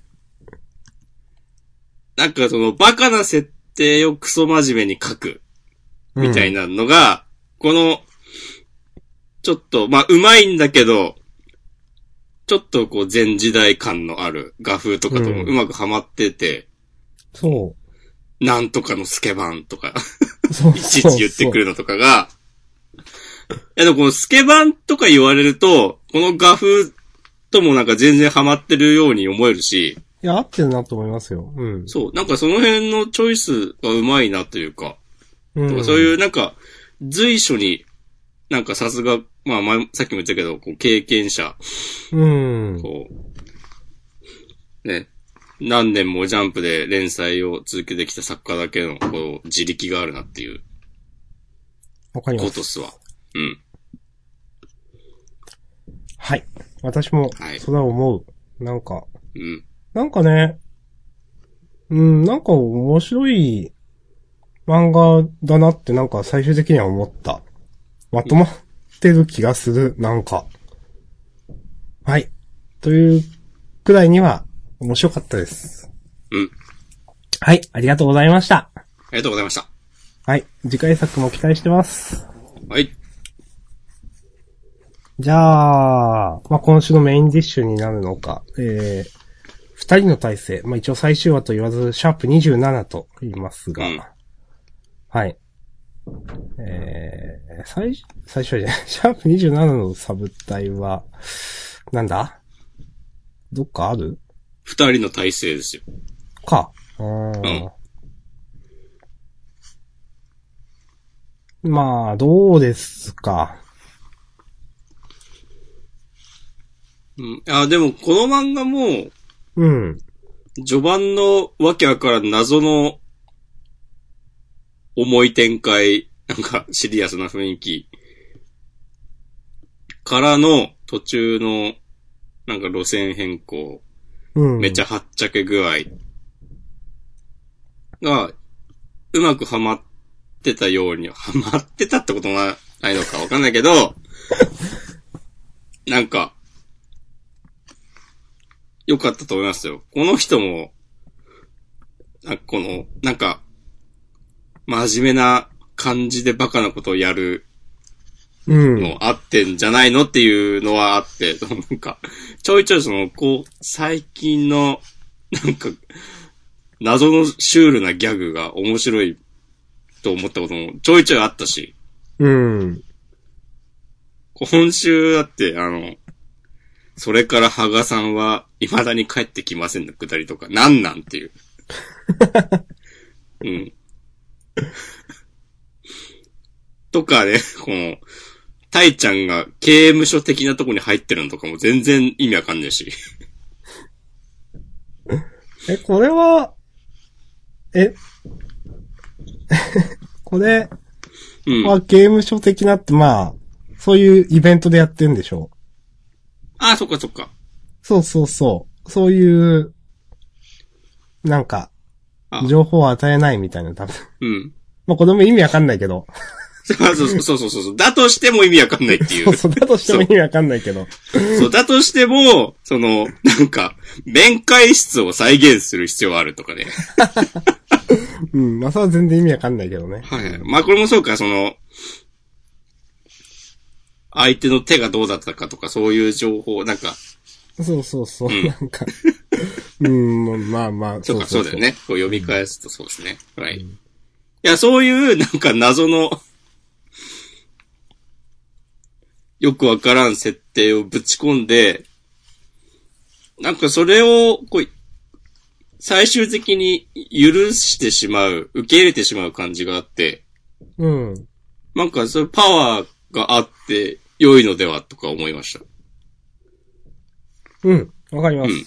なんかそのバカな設定をクソ真面目に書くみたいな。なのが、この、ちょっと、まあ、うまいんだけど、ちょっとこう前時代感のある画風とかともうまくハマってて、そなんとかのスケバンとか。う。そう。いちいち言ってくるのとかが、え、でもこのスケバンとか言われると、この画風ともなんか全然ハマってるように思えるし、いや、合ってるなと思いますよ。うん。そう、なんかその辺のチョイスがうまいなというか、うん、。そういううなんか随所になんかさすが、まあ前、さっきも言ったけど、こう経験者、うん。こう、ね、何年もジャンプで連載を続けてきた作家だけの、こう、自力があるなっていうわかりまこす。とっすわ。うん。はい。私もは、いそれは思う。なんか、うん。なんかね、うん、なんか面白い漫画だなってなんか最終的には思った。まとまってる気がする、なんか。はい。というくらいには面白かったです。うん。はい、ありがとうございました。ありがとうございました。はい、次回作も期待してます。はい。じゃあ、まあ、今週のメインディッシュになるのか、えー、二人の体制、まあ、一応最終話と言わず、シャープ27と言いますが、うんはい。えー、最、最初じゃない、 [LAUGHS] シャープ27のサブ隊は、なんだどっかある二人の体制ですよ。か。うーん。まあ、どうですか。うん。あ、でもこの漫画も、うん。序盤のわけわからん謎の重い展開、なんかシリアスな雰囲気からの途中のなんか路線変更、うん。めっちゃ。ゃはっちゃけ具合がうまくはまってたように、はまってたってことがないのかわかんないけど、 [LAUGHS] なんか、良かったと思いますよ。この人も、あこの、なんか、真面目な感じでバカなことをやるうん。のあってんじゃないのっていうのはあって、 [LAUGHS] そのなんか、ちょいちょいその、こう、最近の、なんか、謎のシュールなギャグが面白いと思ったこともちょいちょいあったし、うん。今週だって、あの、それから羽賀さんは未だに帰ってきませんのくだりとか、なんなんって [LAUGHS] いう。うん。とかね、この、タイちゃんが刑務所的なとこに入ってるのとかも全然意味わかんないし。え、これは、え、 [LAUGHS] これうん。は刑務所的なって、まあ、そういうイベントでやってんでしょあ、そっかそっか。そうそうそう。そういう、なんかあ、情報を与えないみたいな、多分。 [LAUGHS] うん。まあ、子供意味わかんないけど。そうそうそうそうそうそう。だとしても意味わかんないっていう [LAUGHS] そう。そう、だとしても意味わかんないけど。そう、だとしても、その、なんか、面会室を再現する必要はあるとかね。うん、まあ、それは全然意味わかんないけどね。はいはい。まあこれもそうか、その、相手の手がどうだったかとか、そういう情報、なんか、そうそうそう、うんなんか。うん、まあまあ、そうか、そうだよ。ね。こう読み返すとそうですね。はい。いや、そういう、なんか謎の、よくわからん設定をぶち込んで、なんかそれを、こう、最終的に許してしまう、受け入れてしまう感じがあって、うん。なんか、それパワーがあって良いのではとか思いました。うん、わかります。うん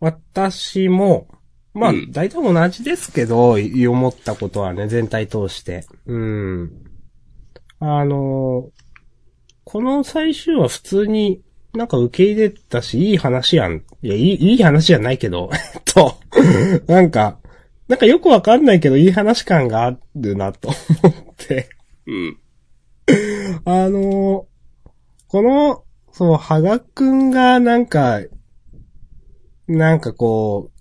私も、まあ、うん大体同じですけど、い思ったことはね、全体通して。うん。あのーこの最終は普通になんか受け入れたし、いい話やん。いや、いい、いい話じゃないけど、 [LAUGHS] えっと、なんか、なんかよくわかんないけど、いい話感があるなと思って。うん。あのこの、そう、羽賀くんが、なんか、なんかこ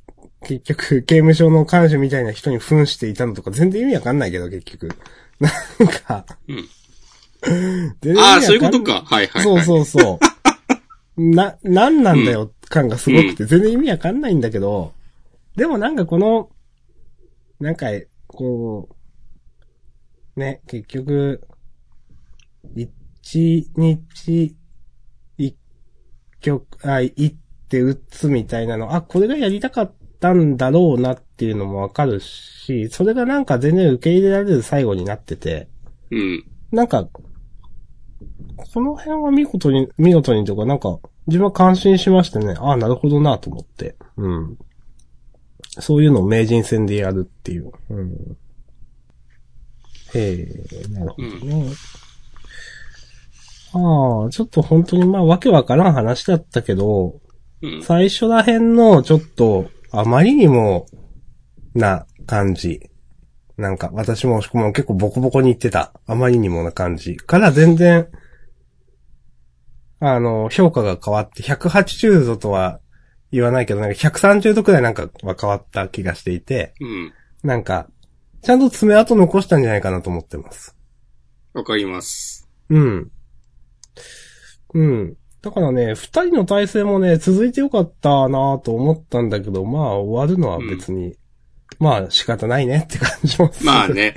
う、結局、刑務所の看守みたいな人に扮していたのとか、全然意味わかんないけど、結局。なんか、うん全然意味わかんああ、そういうこと。か。はいはい、はい。そうそうそう。 [LAUGHS] な、なんなんだよ、感がすごくて、全然意味わかんないんだけど、でもなんかこの、なんか、こう、ね、結局、一日、一曲、あ、一手打つみたいなの、あ、これがやりたかったんだろうなっていうのもわかるし、それがなんか全然受け入れられる最後になってて、うん。なんか、この辺は見事に、見事にというか、なんか、自分は感心しましてね、ああ、なるほどなと思って。うん。そういうのを名人戦でやるっていう。うん。へえ、なるほどね。ああ、ちょっと本当にまあ、わけわからん話だったけど、うん。最初ら辺のちょっと、あまりにも、な感じ。なんか、私も押し込も結構ボコボコに言ってた。あまりにもな感じ。から全然、あの、評価が変わって、180度とは言わないけど、なんか130度くらいなんかは変わった気がしていて、うん。なんか、ちゃんと爪痕残したんじゃないかなと思ってます。わかります。うん。うん。だからね、二人の体制もね、続いてよかったなぁと思ったんだけど、まあ、終わるのは別にまあ仕方ないねって感じもするま [LAUGHS] あね。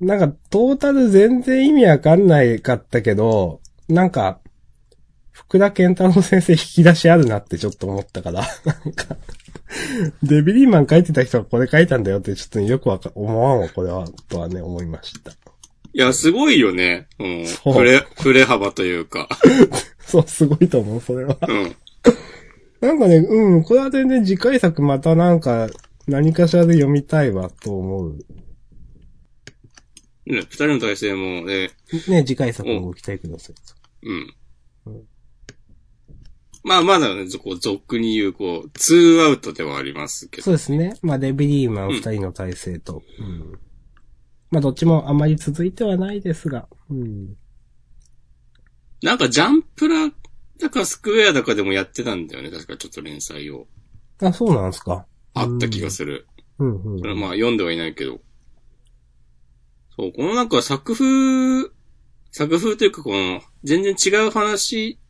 なんか、トータル全然意味わかんないかったけど、なんか、福田健太郎先生引き出しあるなってちょっと思ったから、なんか、デビリーマン書いてた人がこれ書いたんだよってちょっとよくわか、思わんわ、これは、とはね、思いました。いや、すごいよね。うん。そう触れ、触れ幅というか。そう、すごいと思う、それは。うん。なんかね、うん、これは全然次回作またなんか、何かしらで読みたいわ、と思う。ね、二人の体制もね、ね、次回作もご期待ください。うん。まあ、まだね、こう、俗に言う、こう、ツーアウトではありますけど。そうですね。まあ、デビリーマン二人の体制と。うんまあ、どっちもあまり続いてはないですが。うん。なんか、ジャンプラだかスクエアだかでもやってたんだよね。確かちょっと連載を。あ、そうなんですか。あった気がする。うんうんそ。れはまあ、読んではいないけど。そう、このなんか作風、作風というかこの、全然違う話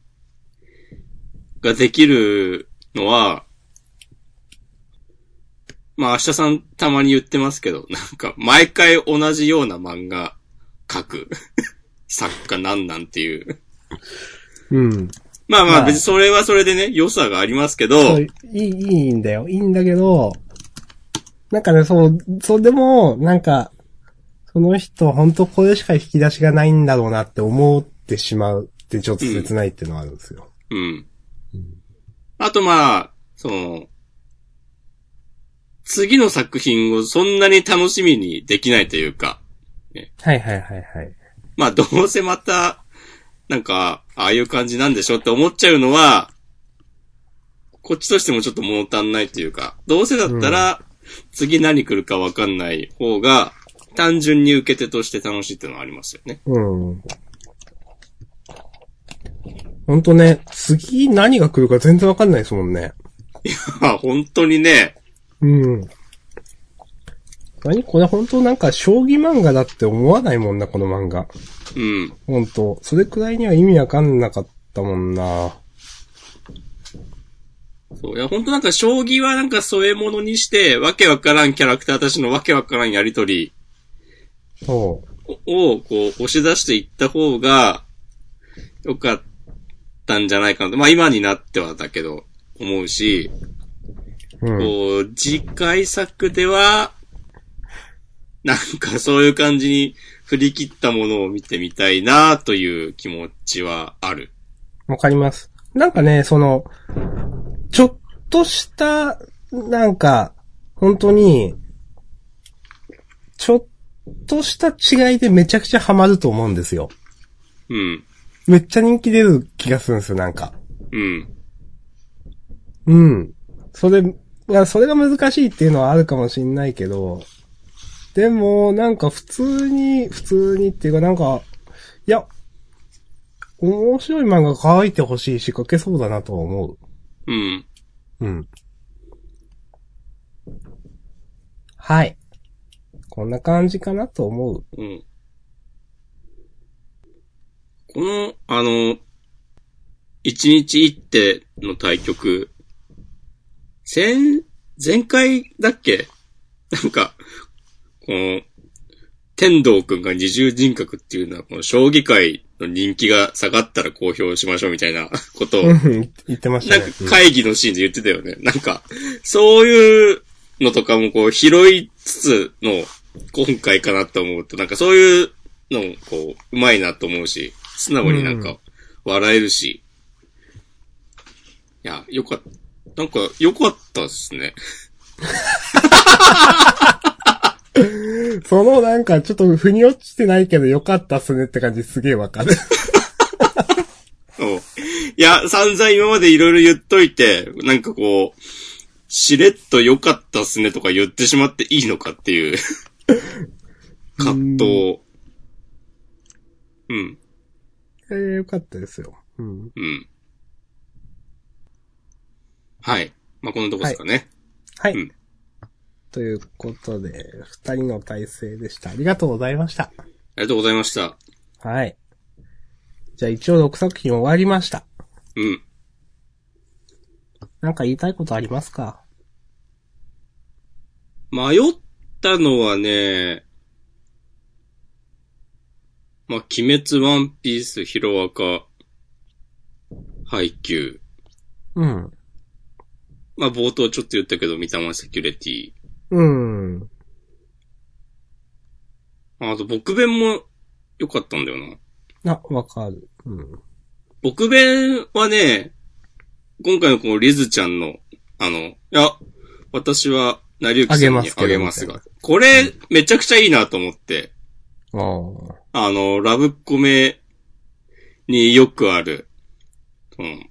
ができるのは、まあ、明日さんたまに言ってますけど、なんか、毎回同じような漫画書く [LAUGHS] 作家なんなんていう。うん。まあまはあ、い別にそれはそれでね、良さがありますけそど、ういい、いいんだよ。いいんだけど、なんかね、そう、そうでも、なんか、その人、本当これしか引き出しがないんだろうなって思ってしまうって、ちょっと切ないっていうのはあるんですよ。うん。あとまあ、その、次の作品をそんなに楽しみにできないというか、はいはいはいはい。まあどうせまた、なんか、ああいう感じなんでしょって思っちゃうのは、こっちとしてもちょっと物足んないというか、どうせだったら、次何来るかわかんない方が、単純に受け手として楽しいっていうのはありますよね。 [LAUGHS] うん。ほんとね、次何が来るか全然わかんないですもんね。まあ本当にね、うん。何これ本当なんか将棋漫画だって思わないもんな、この漫画。うん。本当それくらいには意味わかんなかったもんな。そう。いや、本当なんか、将棋はなんか添え物にして、わけわからんキャラクターたちのわけわからんやりとりそを、をこう、押し出していった方が、よかったんじゃないかなと。まあ、今になってはだけど、思うし、う。うん。こう、次回作では、なんかそういう感じに振り切ったものを見てみたいなという気持ちはある。わかります。なんかね、その、ちょっとした、なんか、本当に、ちょっとした違いでめちゃくちゃハマると思うんですよ。うん。めっちゃ人気出る気がするんですよ、なんか。うん。うん。それ、いや、それが難しいっていうのはあるかもしんないけど、でも、なんか普通に、普通にっていうかなんか、いや、面白い漫画書いてほしいし、書けそうだなとは思うん。う。うん。はい。こんな感じかなと思 [LAUGHS] う。うん。この、あの、一日一手の対局、前、前回だっけなんか、この、天道くんが二重人格っていうのは、この将棋界の人気が下がったら公表しましょうみたいなことを、うなんかん、言ってましたね。うん会議のシーンで言ってたよね。なんか、そういうのとかもこう拾いつつの今回かなと思うと、なんかそういうのもこう、うまいなと思うし、素直になんうんか笑えるし。いや、よかった。なんか、よかったっすね。そのなんかちょっと腑に落ちてないけどよかったっすねって感じすげえわかる。 [LAUGHS] うんいや、散々今までいろいろ言っといて、なんかこう、しれっと良かったっすねとか言ってしまっていいのかっ [LAUGHS] ていう、葛藤。うん、えー、よかったですよ。うん。うん。はい。まあ、こんなとこですかね。はい。うんということで、二人の体制でした。ありがとうございました。ありがとうございました。はい。じゃあ一応6作品終わりました。うん。なんか言いたいことありますか迷ったのはね、まあ、鬼滅、ワンピース、ヒロアカ、ハイキュー。うん。まあ、冒頭ちょっと言ったけど、三玉セキュリティ。うん。ああと、僕弁も良かったんだよな。あ、わかる。うん。僕弁はね、今回のこのリズちゃんの、あの、いや、私は、成り行きさんにああげげまますすけどが。これ、めちゃくちゃいいなと思って。ああ。あの、ラブコメによくある、うん。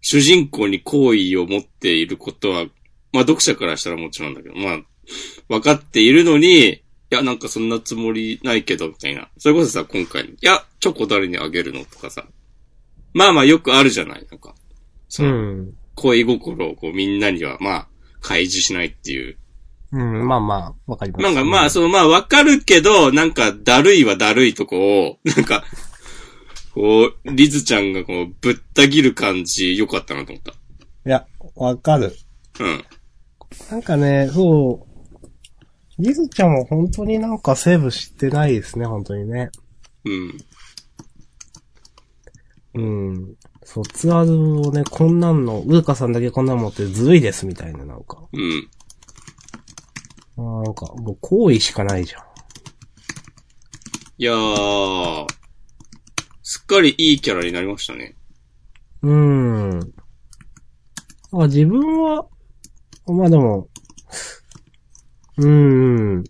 主人公に好意を持っていることは、まあ読者からしたらもちろんだけど、まあ、分かっているのに、いや、なんかそんなつもりないけど、みたいな。それこそさ、今回、いや、チョコ誰にあげるのとかさ。まあまあよくあるじゃない、なんか。そうの、ん。恋心をこうみんなには、まあ、開示しないっていう。うん、まあまあ、わかります。なんかまあ、そのまあわかるけど、なんかだるいはだるいとこを、 [LAUGHS] なんか、こう、リズちゃんがこう、ぶった切る感じ、良かったなと思っいや、わかる。た。うん。なんかね、そう。リズちゃんは本当になんかセーブしてないですね、本当にね。うん。うん。卒アルをね、こんなんの、ウーカさんだけこんなん持ってずるいです、みたいな、なんか。うん。あーなんか、もう好意しかないじゃん。いやー、すっかりいいキャラになりましたね。うーん。あ、自分は、まあでも、うーん。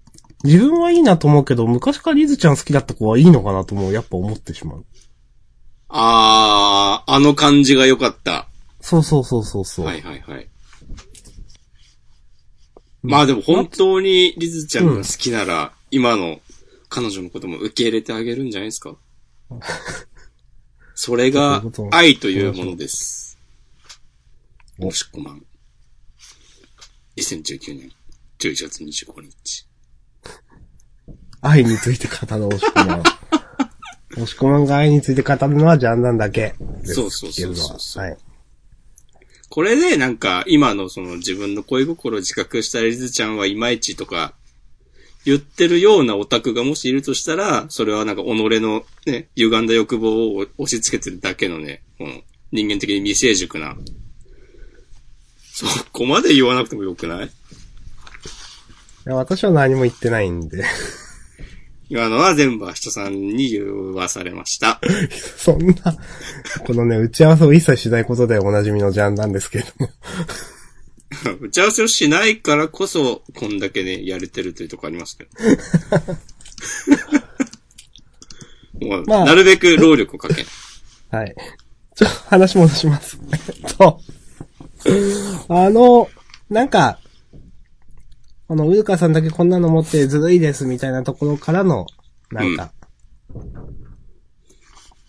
自分はいいなと思うけど、昔からリズちゃん好きだった子はいいのかなとも、やっぱ思ってしまう。あー、あの感じが良かった。そうそうそうそうそう。はいはいはい。まあでも本当にリズちゃんが好きなら、今の彼女のことも受け入れてあげるんじゃないです [LAUGHS] かそれが愛というものです。おおしっこまん。2019年11月25日。愛について語る押し込まん。押し込まんが愛について語るのはジャンダンだけです。そうそうそうそうっていのははい。これでなんか今のその自分の恋心を自覚したリズちゃんはいまいちとか言ってるようなオタクがもしいるとしたら、それはなんか己のね、歪んだ欲望を押し付けてるだけのね、この人間的に未成熟な。そこまで言わなくてもよくないいや、私は何も言ってないんで。 [LAUGHS] 今のは全部明日さんに言わされました。そんな、このね、打ち合わせを一切しないことでおなじみのジャンダンですけれども。 [LAUGHS] 打ち合わせをしないからこそ、こんだけね、やれてるというとこありますけど。 [LAUGHS] もうまあなるべく労力をかけ。はい。ちょ、話戻します。 [LAUGHS] えっと、あの、なんか、この、ウルカさんだけこんなの持ってずるいですみたいなところからの、なんか、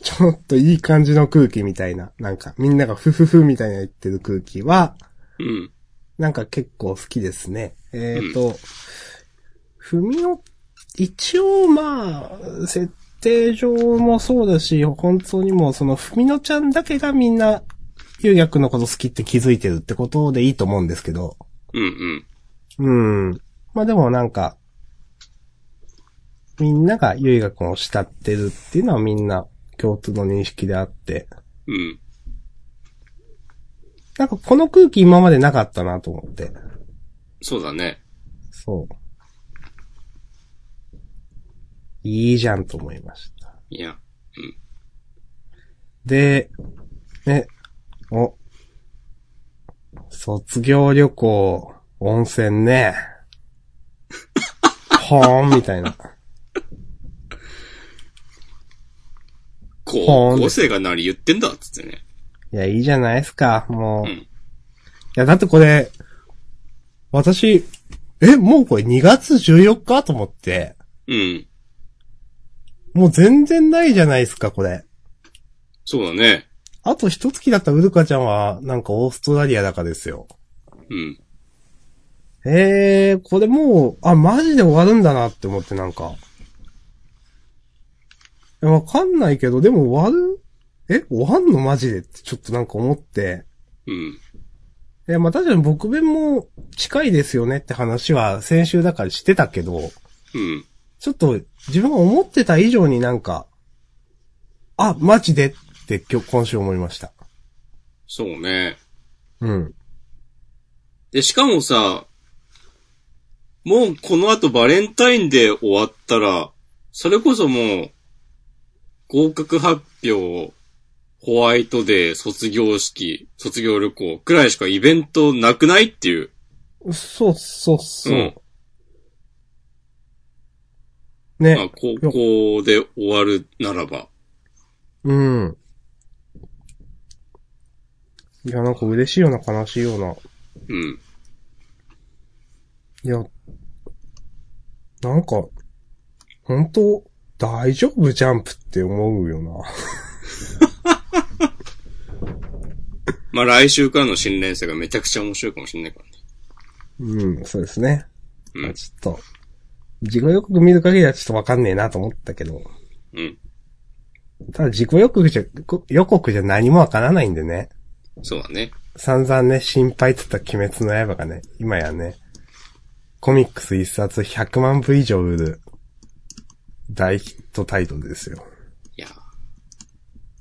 ちょっといい感じの空気みたいな、なんか、みんながフフフみたいな言ってる空気は、うん。なんか結構好きですね。えっ、と、ふみお、一応まあ、設定上もそうだし、本当にもうそのふみのちゃんだけがみんな、ゆうやくんのこと好きって気づいてるってことでいいと思うんですけど、うんううん。ん。まあでもなんか、みんながゆうやくんを慕ってるっていうのはみんな共通の認識であって、うん。なんかこの空気今までなかったなと思って。そうだね。そう。いいじゃんと思いました。いや。で、ね、お、卒業旅行、温泉ね。 [LAUGHS] ほーん、みたいな。ほ高ーん校生が何言ってんだっつってね。いや、いいじゃないですか、もう。うんいや、だってこれ、私、え、もうこれ2月14日と思って、うん。もう全然ないじゃないですか、これ。そうだね。あと一月だったらウルカちゃんは、なんかオーストラリアだかですよ。うん。ええー、これもう、あ、マジで終わるんだなって思ってなんか。いやわかんないけど、でも終わるえ終わんのマジでってちょっとなんか思って。うん。いや、まあ確かに僕弁も近いですよねって話は先週だからしてたけど、うん。ちょっと自分が思ってた以上になんか、あ、マジでって今日、今週思いました。そうね。うん。で、しかもさ、もうこの後バレンタインで終わったら、それこそもう、合格発表、ホワイトデー、卒業式、卒業旅行くらいしかイベントなくないっていう。そうそうそう。うんまあね。、高校で終わるならば。うん。いや、なんか嬉しいような悲しいような。うん。いや、なんか、本当大丈夫ジャンプって思うよな。まあ来週からの新連載がめちゃくちゃ面白いかもしれないからね。うん、そうですね。うんまあちょっと、自己予告見る限りはちょっとわかんねえなと思ったけど、うん。ただ自己予告じゃ、予告じゃ何もわからないんでね。そうだね。散々ね、心配って言った鬼滅の刃がね、今やね、コミックス一冊100万部以上売る大ヒットタイトルですよ。いや。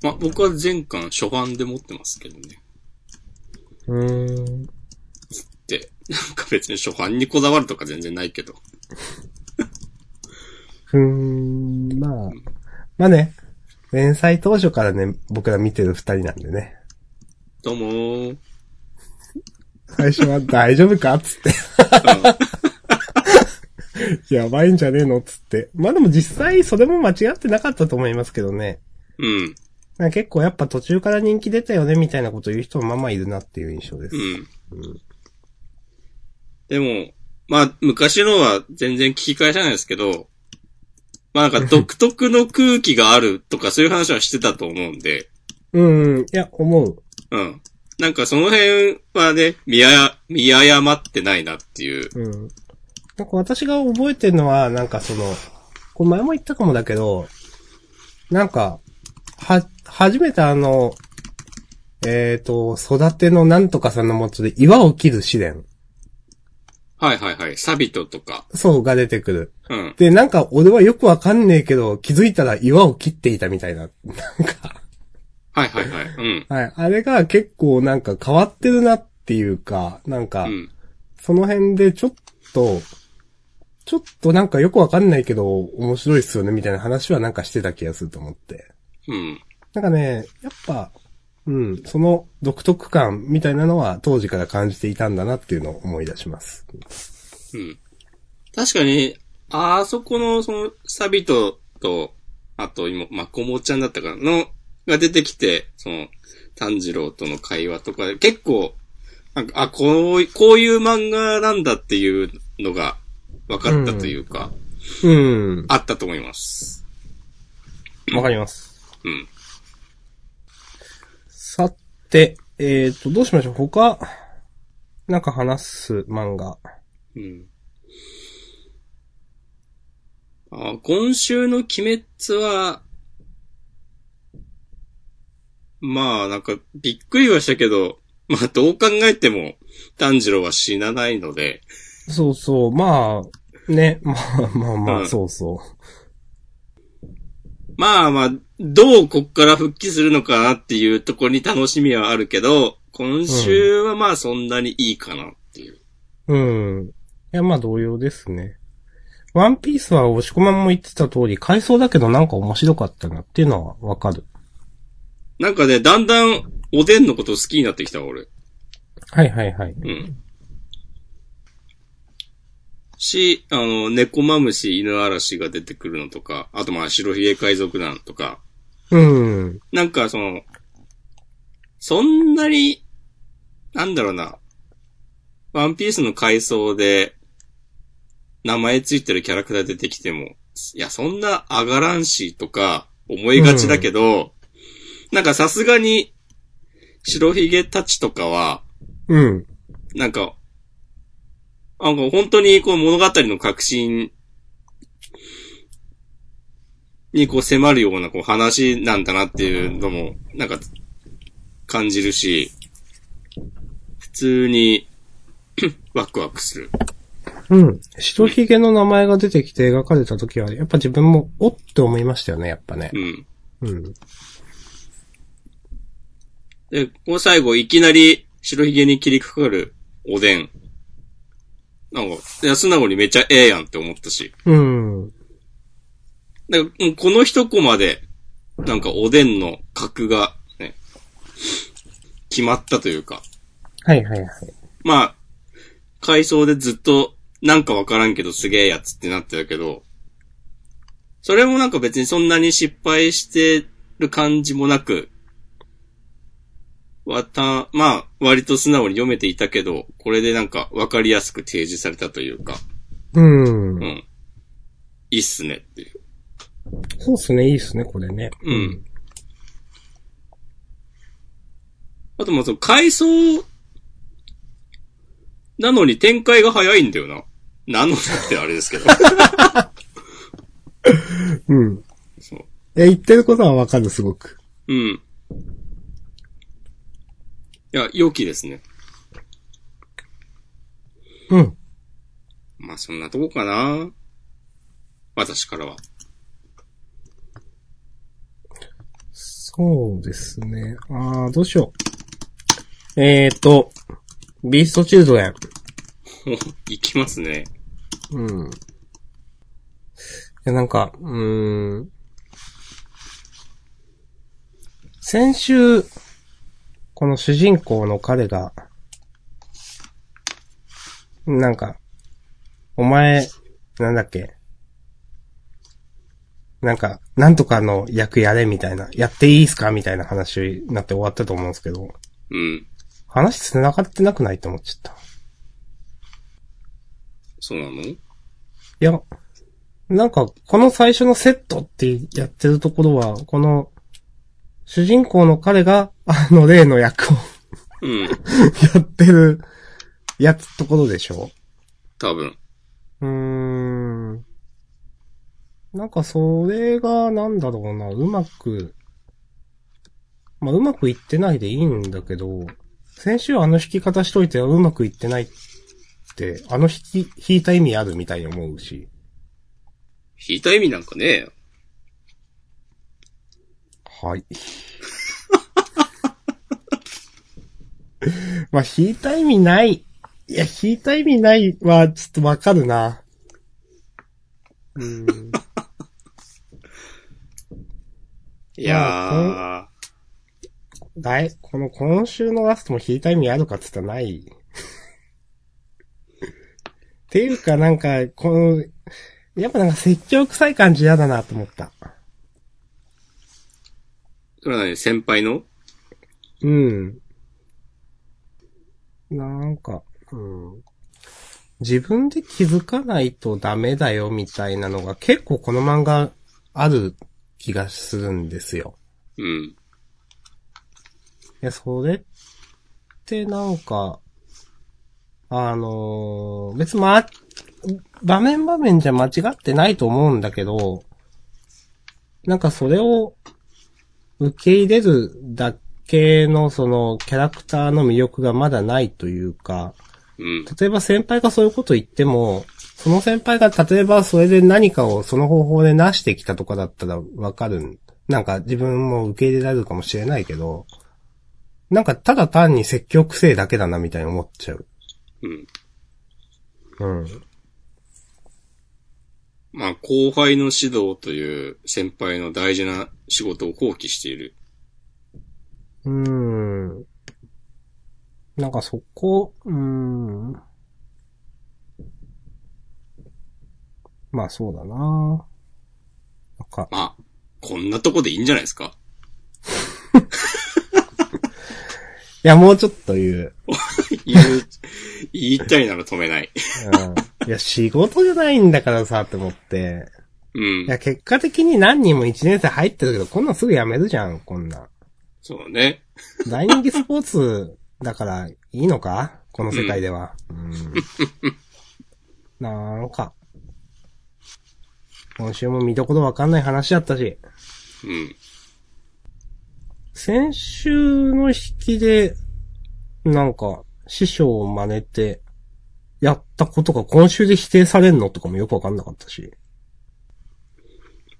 まあ僕は前巻初版で持ってますけどね。うーん。って、 [LAUGHS] なんか別に初版にこだわるとか全然ないけど。ふーん、まあ。まあね、連載当初からね、僕ら見てる二人なんでね。どうもー。最初は大丈夫かっつって。 [LAUGHS] やばいんじゃねえのっつって。まあでも実際それも間違ってなかったと思いますけどね。うん。なんか結構やっぱ途中から人気出たよねみたいなこと言う人もまあまあいるなっていう印象ですう。ん。でも、まあ、昔のは全然聞き返さないですけど、まあなんか独特の空気があるとかそういう話はしてたと思うんで、うん、いや、思う。うん。なんかその辺はね、見あや、見誤ってないなっていう。うん。なんか私が覚えてるのは、なんかその、これ前も言ったかもだけど、なんか、は、初めてあの、えっ、と、育てのなんとかさんのもとで岩を切る試練。はいはいはい。サビトとか。そうが出てくる。うん。で、なんか俺はよくわかんねえけど、気づいたら岩を切っていたみたいな。なんか、はいはいはい。うん。はい。あれが結構なんか変わってるなっていうか、なんか、うん。その辺でちょっと、ちょっとなんかよくわかんないけど、面白いっすよね、みたいな話はなんかしてた気がすると思って。うん。なんかね、やっぱ、うん、その独特感みたいなのは当時から感じていたんだなっていうのを思い出します。うん。確かに、あそこの、その、サビトと、あと今、まあ、コモちゃんだったかな、の、が出てきて、その、炭治郎との会話とかで、結構、なんか、あ、こうい、こういう漫画なんだっていうのが、分かったというか、うん、あったと思います。わかります。うん。さて、えっ、と、どうしましょう他、なんか話す漫画。うん。あ、今週の鬼滅は、まあなんかびっくりはしたけど、まあどう考えても炭治郎は死なないので、そうそう、まあ、ね、まあまあまうあ、んそうそう。まあまあ、どうこっから復帰するのかなっていうところに楽しみはあるけど、今週はまあそんなにいいかなっていう。うん。いや、まあ同様ですね。ワンピースは押し込まんも言ってた通り、回想だけどなんか面白かったなっていうのはわかる。なんかね、だんだんおでんのこと好きになってきた俺。はいはいはい。うん。し、あの、猫マムシ、犬嵐が出てくるのとか、あとまあ、白ひげ海賊団とか、うん。なんかその、そんなに、なんだろうな、ワンピースの回想で、名前ついてるキャラクター出てきても、いや、そんな上がらんしとか、思いがちだけど、なんかさすがに、白ひげたちとかは、うん。なんか、なんか本当にこう物語の核心にこう迫るようなこう話なんだなっていうのも、なんか感じるし、通に [CLEARS THROAT] ワクワクする。うん。白ひげの名前が出てきて描かれた時は、やっぱ自分も、おって思いましたよね、やっぱねう。ん。うん。で、この最後、いきなり白ひげに切りかかるおでん。なんか、安名子にめちゃええやんって思ったし。うん。なんか、うんこの一コマで、なんかおでんの格が、ね、決まったというか。はいはいはい。まあ、回想でずっと、なんかわからんけどすげえやつってなってたけど、それもなんか別にそんなに失敗してる感じもなく、わた、まあ、割と素直に読めていたけど、これでなんかわかりやすく提示されたというか、うん。うん。いいっすねっていう。そうっすね、いいっすね、これね。うん。あとまあその回想、なのに展開が早いんだよな。なのにってあれですけど。うん。そう。え、言ってることはわかる、すごく。うん。いや、良きですね。うん。まあそんなとこかな。私からは。そうですね。あー、どうしよう。えーと、ビーストチルドレン。おいきますね。うん。いや、なんか、うーん。先週、この主人公の彼が、なんか、お前、なんだっけ。なんか、なんとかの役やれみたいな、やっていいっすかみたいな話になって終わったと思うんですけど、うん。話繋がってなくないって思っちゃった。そうなのいや、なんか、この最初のセットってやってるところは、この、主人公の彼が、あの例の役を [LAUGHS] うん。やってる、やつところでしょ多分。うーん。なんか、それが、なんだろうな、うまく、まあ、うまくいってないでいいんだけど、先週あの弾き方しといてうまくいってないって、あの弾き、弾いた意味あるみたいに思うし。引いた意味なんかねえよはい。 [LAUGHS] まあ、引いた意味ない。いや、引いた意味ないは、ちょっとわかるな。うーん。いや [LAUGHS] だい、この今週のラストも引いた意味あるかって言ったらない。 [LAUGHS] っていうか、なんか、この、やっぱなんか説教臭い感じ嫌だなと思った。ー。それは何先輩のうん。なんか、うん。自分で気づかないとダメだよみたいなのが結構この漫画ある気がするんですよ。うん。いや、それってなんか、あのー別にま、場面場面じゃ間違ってないと思うんだけど、なんかそれを受け入れるだけのそのキャラクターの魅力がまだないというか、うん。例えば先輩がそういうこと言っても、その先輩が例えばそれで何かをその方法で成してきたとかだったらわかるん。なんか自分も受け入れられるかもしれないけど、なんかただ単に説教くせえだけだなみたいに思っちゃう。うん。うん。まあ、後輩の指導という先輩の大事な仕事を放棄している。うーん。なんかそこ、うーん。まあそうだななんか、まあ、こんなとこでいいんじゃないですかいやもうちょっと言う。言う、言いたいなら止 [LAUGHS] めない。うんいや、仕事じゃないんだからさ、って思って。うんい。や、結果的に何人も1年生入ってるけど、こんなんすぐ辞めるじゃん、こんなん。そうだね。大人気スポーツだからいいのかこの世界では。うん。なんか、今週も見どころわかんない話だったし、うん。先週の引きで、なんか、師匠を真似て、やったことが今週で否定されんのとかもよくわかんなかったし。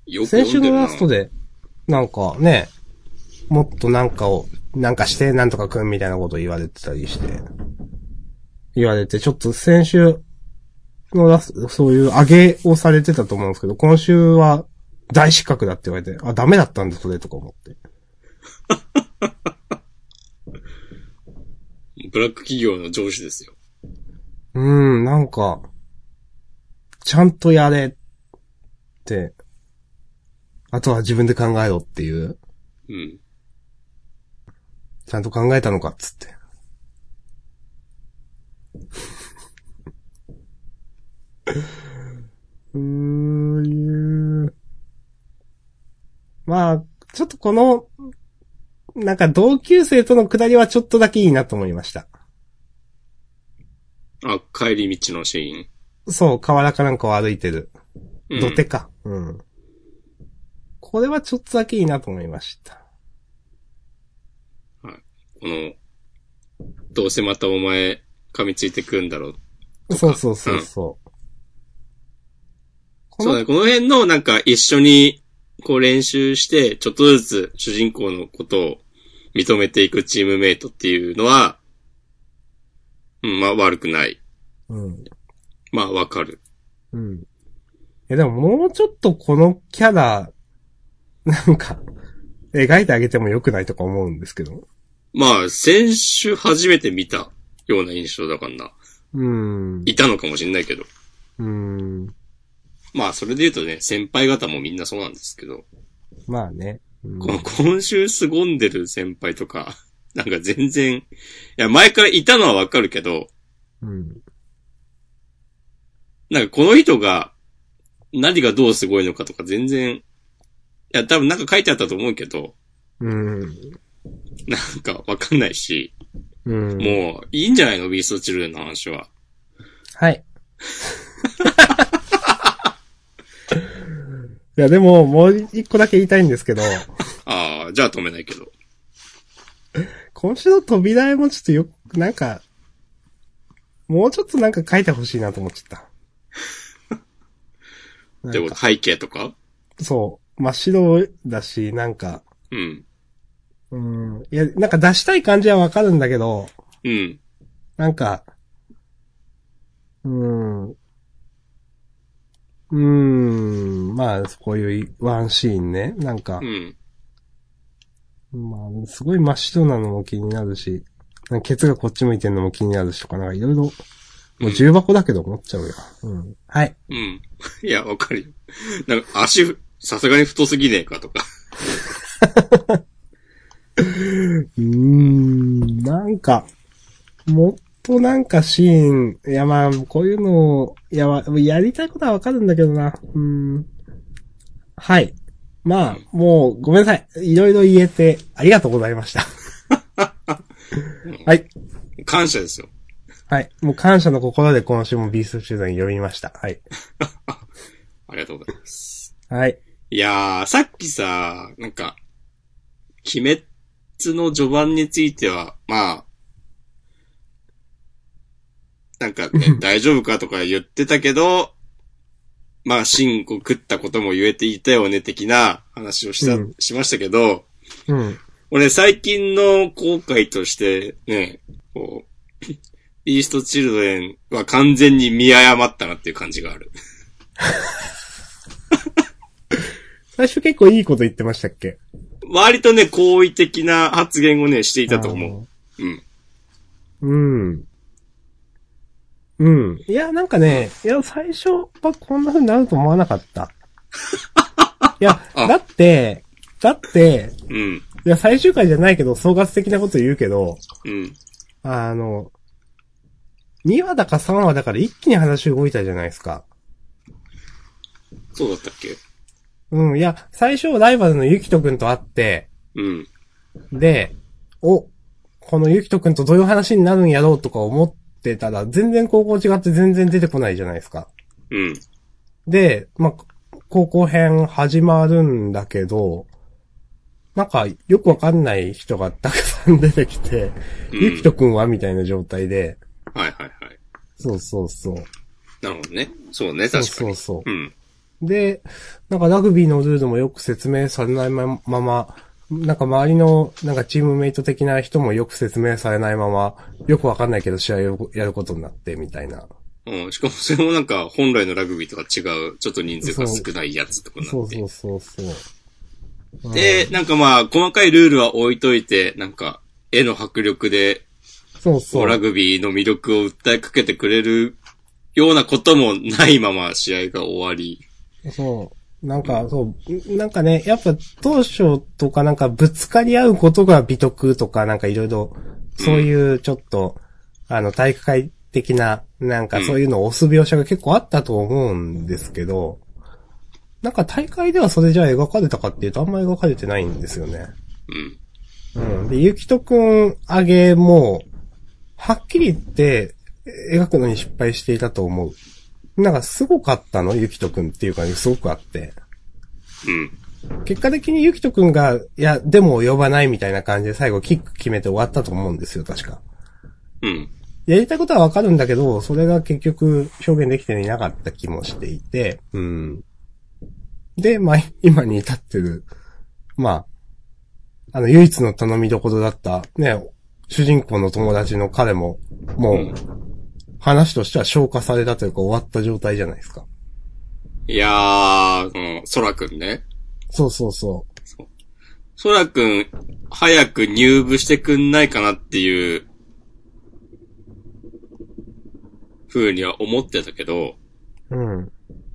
よく先読週んでのるなラストで、なんかね、もっとなんかを、なんかして、なんとかくんみたいなこと言われてたりして、言われて、ちょっと先週のラスト、そういう上げをされてたと思うんですけど、今週は大失格だって言われて、あ、ダメだったんだ、それとか思って。ブラック企業の上司ですよ。うーん、なんか、ちゃんとやれって、あとは自分で考えろっていう、うん。ちゃんと考えたのかっつって。うーいう。まあ、ちょっとこの、なんか同級生とのくだりはちょっとだけいいなと思いました。あ、帰り道のシーン。そう、河原かなんかを歩いてる。うん土手か。うん。これはちょっとだけいいなと思いました。この、どうせまたお前噛みついてくんだろう。そうそうそうそう。こそうだのね、この辺のなんか一緒にこう練習して、ちょっとずつ主人公のことを認めていくチームメイトっていうのは、うん、まあ悪くない。うん。まあわかる。うん。いやでももうちょっとこのキャラ、なんか、描いてあげても良くないとか思うんですけど。まあ先週初めて見たような印象だからな。うん。いたのかもしんないけど。うん。まあそれで言うとね、先輩方もみんなそうなんですけど、まあね。うんこの今週凄んでる先輩とか、なんか全然、いや前からいたのはわかるけど、うん。なんかこの人が、何がどうすごいのかとか全然、いや、多分なんか書いてあったと思うけど、うん。なんかわかんないし、うん。もういいんじゃないのビーストチルドレンの話は。はい。いや、でも、もう一個だけ言いたいんですけど、ああ、じゃあ止めないけど。今週の扉絵もちょっとよく、なんか、もうちょっとなんか書いてほしいなと思っちゃった。でなんか、も背景とかそう、真っ白だし、なんか、うん。うん、いや、なんか出したい感じはわかるんだけど、うん。なんか、うーん。うーん。まあ、こういうワンシーンね。なんかう、ん。まあ、すごい真っ白なのも気になるし、なんかケツがこっち向いてんのも気になるしとか、なんかいろいろ、もう重箱だけど思っちゃうよ。うん。はい。うん。 [LAUGHS] いや、わかるよ。なんか足ふ、さすがに太すぎねえかとか。うーん。なんか、もっとなんかシーン、いやまあ、こういうのを、いや、わやりたいことはわかるんだけどな。うーん。はい。まあ、もう、ごめんなさい。いろいろ言えて、ありがとうございました。 [LAUGHS] はい。感謝ですよ。はい。もう感謝の心で今週もビースト集団読みました。はい。ありがとうございます。はい。いやー、さっきさ、なんか、鬼滅の序盤については、まあ、なんか [LAUGHS] ね、大丈夫かとか言ってたけど、まあ、シンを食ったことも言えていたよね、的な話をした、うんしましたけど、うん。俺最近の後悔として、ね、こう、 [LAUGHS] イーストチルドレンは完全に見誤ったなっていう感じがある。最初結構いいこと言ってましたっけ割とね、好意的な発言をね、していたと思う。うん。うん。うん。いや、なんかね、いや、最初はこんな風になると思わなか [LAUGHS] った。いや、あだって、だって、うん。いや、最終回じゃないけど、総括的なこと言うけど、うん。あの、2話だか3話だから一気に話動いたじゃないですか。そうだったっけうん、いや、最初ライバルのゆきとくんと会って、うん。で、お、このゆきとくんとどういう話になるんやろうとか思ってたら、全然高校違って全然出てこないじゃないですか。うん。で、まあ、高校編始まるんだけど、なんか、よくわかんない人がたくさん出てきて、うんゆきとくんはみたいな状態で、はいはいはい。そうそうそう。なるほどね。そうね、確かそうに。そうそうう。ん。で、なんかラグビーのルールもよく説明されないままま、なんか周りの、なんかチームメイト的な人もよく説明されないまま、よくわかんないけど試合をやることになって、みたいな。うん、しかもそれもなんか、本来のラグビーとは違う、ちょっと人数が少ないやつとかなって。そうそうそうそう。で、なんかまあ、細かいルールは置いといて、なんか、絵の迫力で、そうそラう。グビーの魅力を訴えかけてくれるようなこともないまま試合が終わり。そう。なんか、そう。なんかね、やっぱ当初とかなんかぶつかり合うことが美徳とかなんかいろいろ、そういうちょっと、あの、体育会的な、なんかそういうのを押す描写が結構あったと思うんですけど、なんか大会ではそれじゃあ描かれたかっていうとあんま描かれてないんですよね。うん。うん。で、ゆきとくんあげも、はっきり言って、え描くのに失敗していたと思う。なんかすごかったのゆきとくんっていう感じがすごくあって。うん。結果的にゆきとくんが、いや、でも呼ばないみたいな感じで最後キック決めて終わったと思うんですよ、確か。うん。やりたいことはわかるんだけど、それが結局表現できていなかった気もしていて、うん。で、まあ、今に至ってる、まあ、あの、唯一の頼みどころだった、ね、主人公の友達の彼も、もう、うん話としては消化されたというか終わった状態じゃないですか。いやー、この、ソラくんね。そうそうそう。ソラくん、早く入部してくんないかなっていう、風には思ってたけど、うん。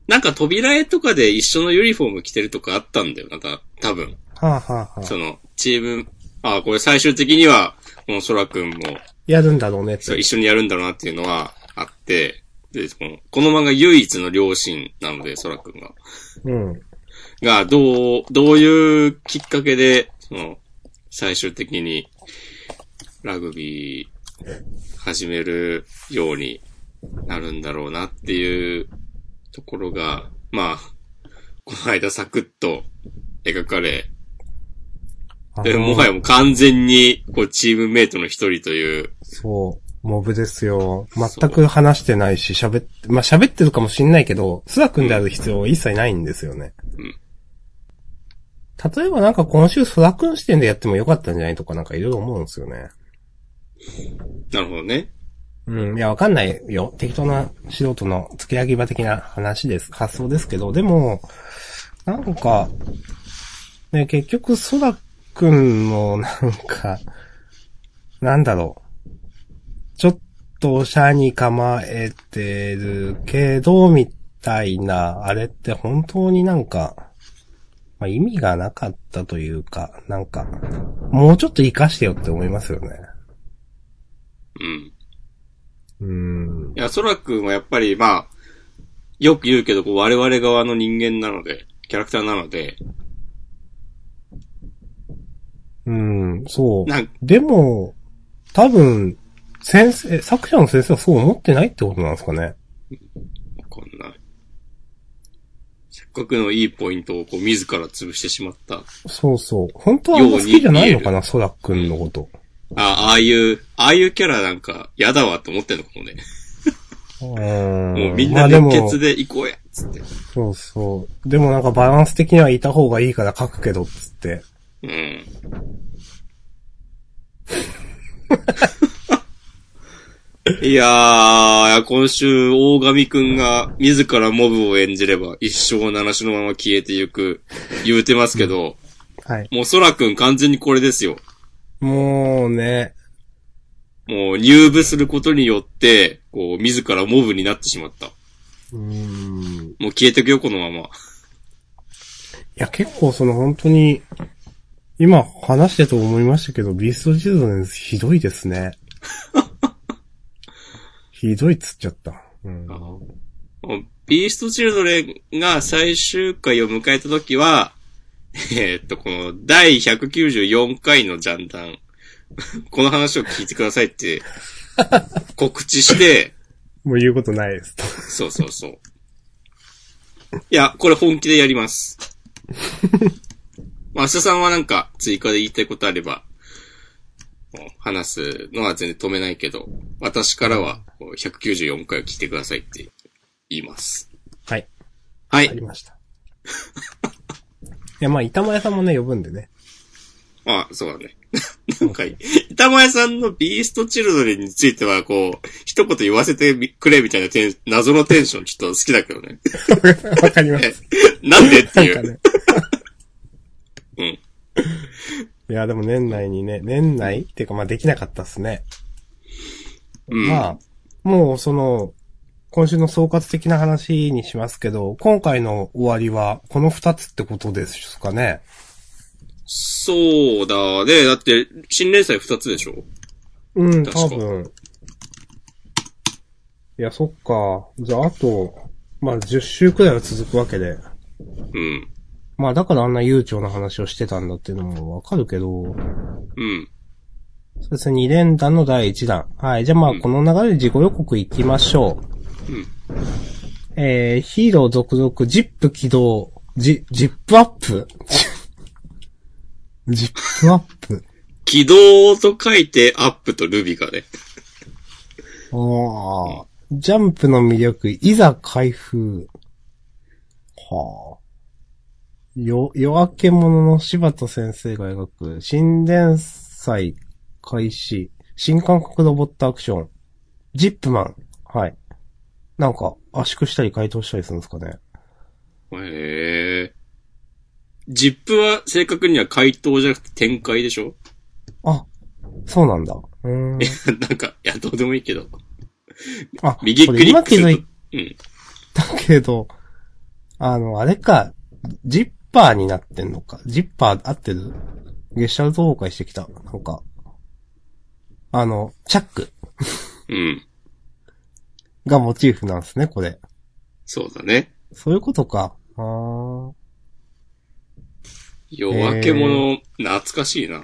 なんか扉絵とかで一緒のユニフォーム着てるとかあったんだよな、た多分。はあ、はあはあ、その、チーム、あ、これ最終的には、このソラくんも、やるんだろうねっそう、て。一緒にやるんだろうなっていうのはあって、で、その、この漫画唯一の両親なので、ソラくんが。うん。が、どう、どういうきっかけで、その、最終的に、ラグビー、始めるようになるんだろうなっていうところが、まあ、この間サクッと描かれ、でもはやもう完全に、こう、チームメイトの一人という、そう。モブですよ。全く話してないし、喋って、まあ、喋ってるかもしんないけど、須田君である必要は一切ないんですよね。うん例えばなんか今週須田君視点でやってもよかったんじゃないとかなんかいろいろ思うんですよね。なるほどね。うん。いや、わかんないよ。適当な素人の付け焼き場的な話です。発想ですけど、でも、なんか、ね、結局、ソラくんの、なんか、なんだろう。ちょっと、おしゃに構えてるけど、みたいな、あれって本当になんか、まあ、意味がなかったというか、なんか、もうちょっと活かしてよって思いますよね。うん。うん。いや、ソラ君はやっぱり、まあ、よく言うけど、こう我々側の人間なので、キャラクターなので、うん、そう。なんでも、多分、先生、作者の先生はそう思ってないってことなんですかね。こんな、せっかくのいいポイントをこう自ら潰してしまった。あそうそう。本当はあんま好きじゃないのかな、ソラくんのこと。あ、ああいう、ああいうキャラなんか、嫌だわって思ってんのかもね。うん。もうみんまなあで熱も血で行こうやっつって。そうそう。でもなんかバランス的にはいた方がいいから書くけど、つって。うん。いやー、今週、大神くんが自らモブを演じれば一生七種のまま消えてゆく、言うてますけど、はい。もう空くん完全にこれですよ。もうね、もう入部することによって、こう、自らモブになってしまった。うん。もう消えてくよ、このまま。いや、結構その本当に、今話してと思いましたけど、ビーストチルドレンズひどいです [LAUGHS] ね。ひどいっつっちゃった。うん。もうビーストチルドレンが最終回を迎えた時は、 [LAUGHS] えーっと、この第194回のジャンダン、 [LAUGHS] この話を聞いてくださいって告知して、もう言うことないです。そうそうそう。 [LAUGHS] いや、これ本気でやります。まあ、明日さんはなんか追加で言いたいことあれば、もう話すのは全然止めないけど、私からはこう194回を聞いてくださいって言います。はい。[LAUGHS] はあいり。ました。いや、まあ、板前さんもね、呼ぶんでね。 [LAUGHS] あ、そうだね。 [LAUGHS] なんか、板前さんのビーストチルドレンについては、こう、一言言わせてくれみたいなテン謎のテンションちょっと好きだけどね。 [LAUGHS] わかります。なんでってないんかう。ね。うん。いや、でも年内にね、年内っていうか、まあ、できなかったっすね。うん。まあ、もうその、今週の総括的な話にしますけど、今回の終わりは、この二つってことですかね。そうだね。だって、新連載二つでしょうん、確か多分。いや、そっか。じゃあ、あと、まあ、10週くらいは続くわけで。うん。まあ、だからあんな悠長な話をしてたんだっていうのもわかるけど、うん。そうですね、2連弾の第1弾。はい、じゃあまあ、この流れで自己予告行きましょう。うん。えー、ヒーロー続々、ジップ起動、ジ、ジップアップジップアップ。起動と書いて、アップとルビがね。おージャンプの魅力、いざ開封。はあ。よ、夜明け者の柴田先生が描く、新連載開始、新感覚ロボットアクション、ジップマン。はい。なんか、圧縮したり解凍したりするんですかね。へえ。ジップは正確には回答じゃなくて展開でしょ [LAUGHS] あ、そうなんだ。うーん。なんか、いや、どうでもいいけど。あ、右こクれリッ今ク気すづるいと。うん。だけど、あの、あれか、ジッパーになってんのか。ジッパー合ってる月謝崩壊してきた。なんか、あの、チャックうん。がモチーフなんですね、これ。そうだね。そういうことか。あー夜明け者、懐かしいな。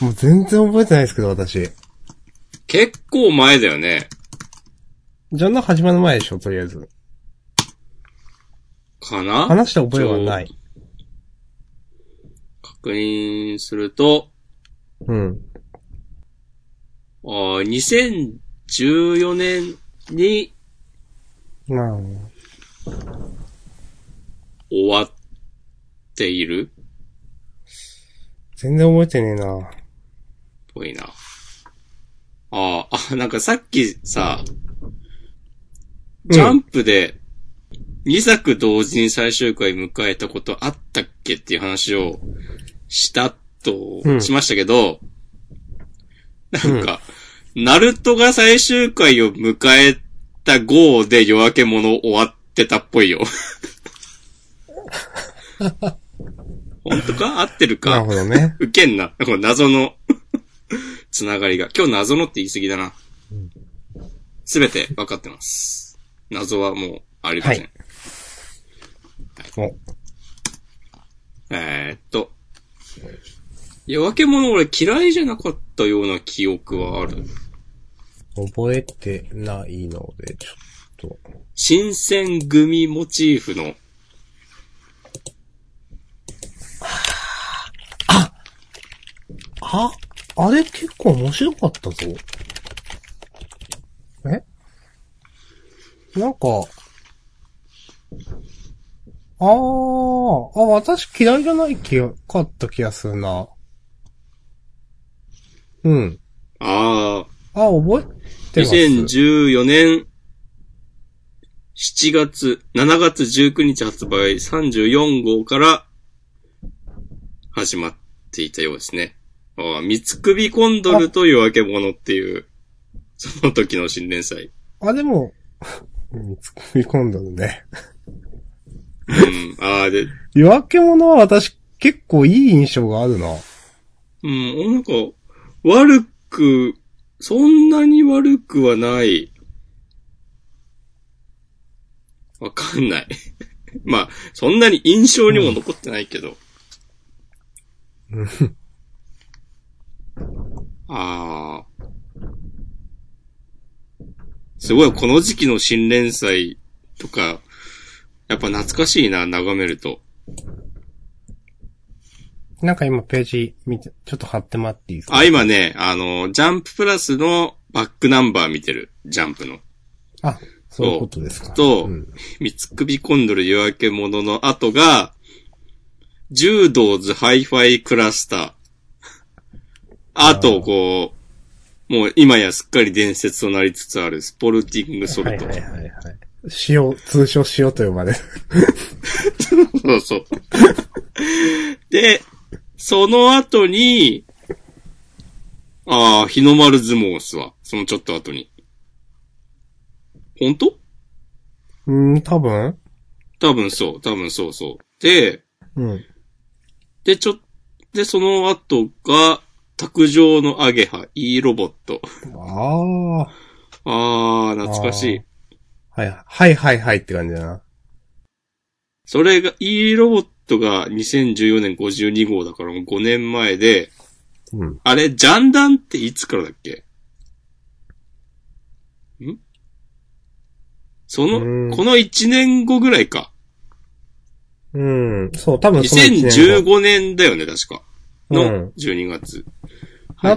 もう全然覚えてないですけど、私。結構前だよね。ジャンナ始まる前でしょ、とりあえず。かな話した覚えはない。確認すると、うん。あー2014年になあ。終わっているっ全然覚えてねえな。ぽいな。あーあ、なんかさっきさ、うんジャンプで2作同時に最終回迎えたことあったっけっていう話をしたうとんしましたけど、なんか、ナルトが最終回を迎えた号で夜明け者終わってたっぽ [LAUGHS] いよ。本当か合ってるなるかほどね。ウケんな。この謎の、 [LAUGHS] つながりが。今日謎のって言い過ぎだな。すべて分かってます。謎はもうありません。はいお、えーっと。夜明け者俺嫌いじゃなかったような記憶はある。覚えてないので、ちょっと。新選組モチーフの、あ、あれ結構面白かったぞ。えなんか、あー、あ、私嫌いじゃない気が、かった気がするな。うん。ああ、あ、覚えてます。 2014年7月、7月19日発売34号から始まっていたようですね。ああ、三つ首コンドルと夜明け者っていう、その時の新連載。あ、でも、 [LAUGHS] 見つ込み込んだのね。うん、ああ、で、夜明け者は私結構いい印象があるな。うん、俺なんか、悪く、そんなに悪くはない。わかんない。 [LAUGHS] まあ、そんなに印象にも残ってないけど。うんああ。すごい、この時期の新連載とか、やっぱ懐かしいな、眺めると。なんか今ページ見て、ちょっと貼ってもらっていいですかあ、今ね、あの、ジャンププラスのバックナンバー見てる。ジャンプの。あ、そういうことですか。とうん、三つ首コンドル夜明け者の後が、柔道ズハイファイクラスター。あと、こう、もう今やすっかり伝説となりつつあるスポルティングソはいルはトい。はいはい。塩、通称塩と呼ばれる。 [LAUGHS] そうそう。で、その後に、ああ、日の丸相撲っすわ。そのちょっと後に。本当うん、多分多分そう、多分そうそう。で、うん。で、ちょ、で、その後が、卓上のアゲハ、いいロボット。ああ。あー、懐かしいあー。はい、はいはいはいって感じだな。それが、いいロボットが2014年52号だからもう5年前で、うん。あれ、ジャンダンっていつからだっけんそうの、んこの1年後ぐらいか。うん、そう、多分その一年後。 2015年だよね、確か。うんの12月。は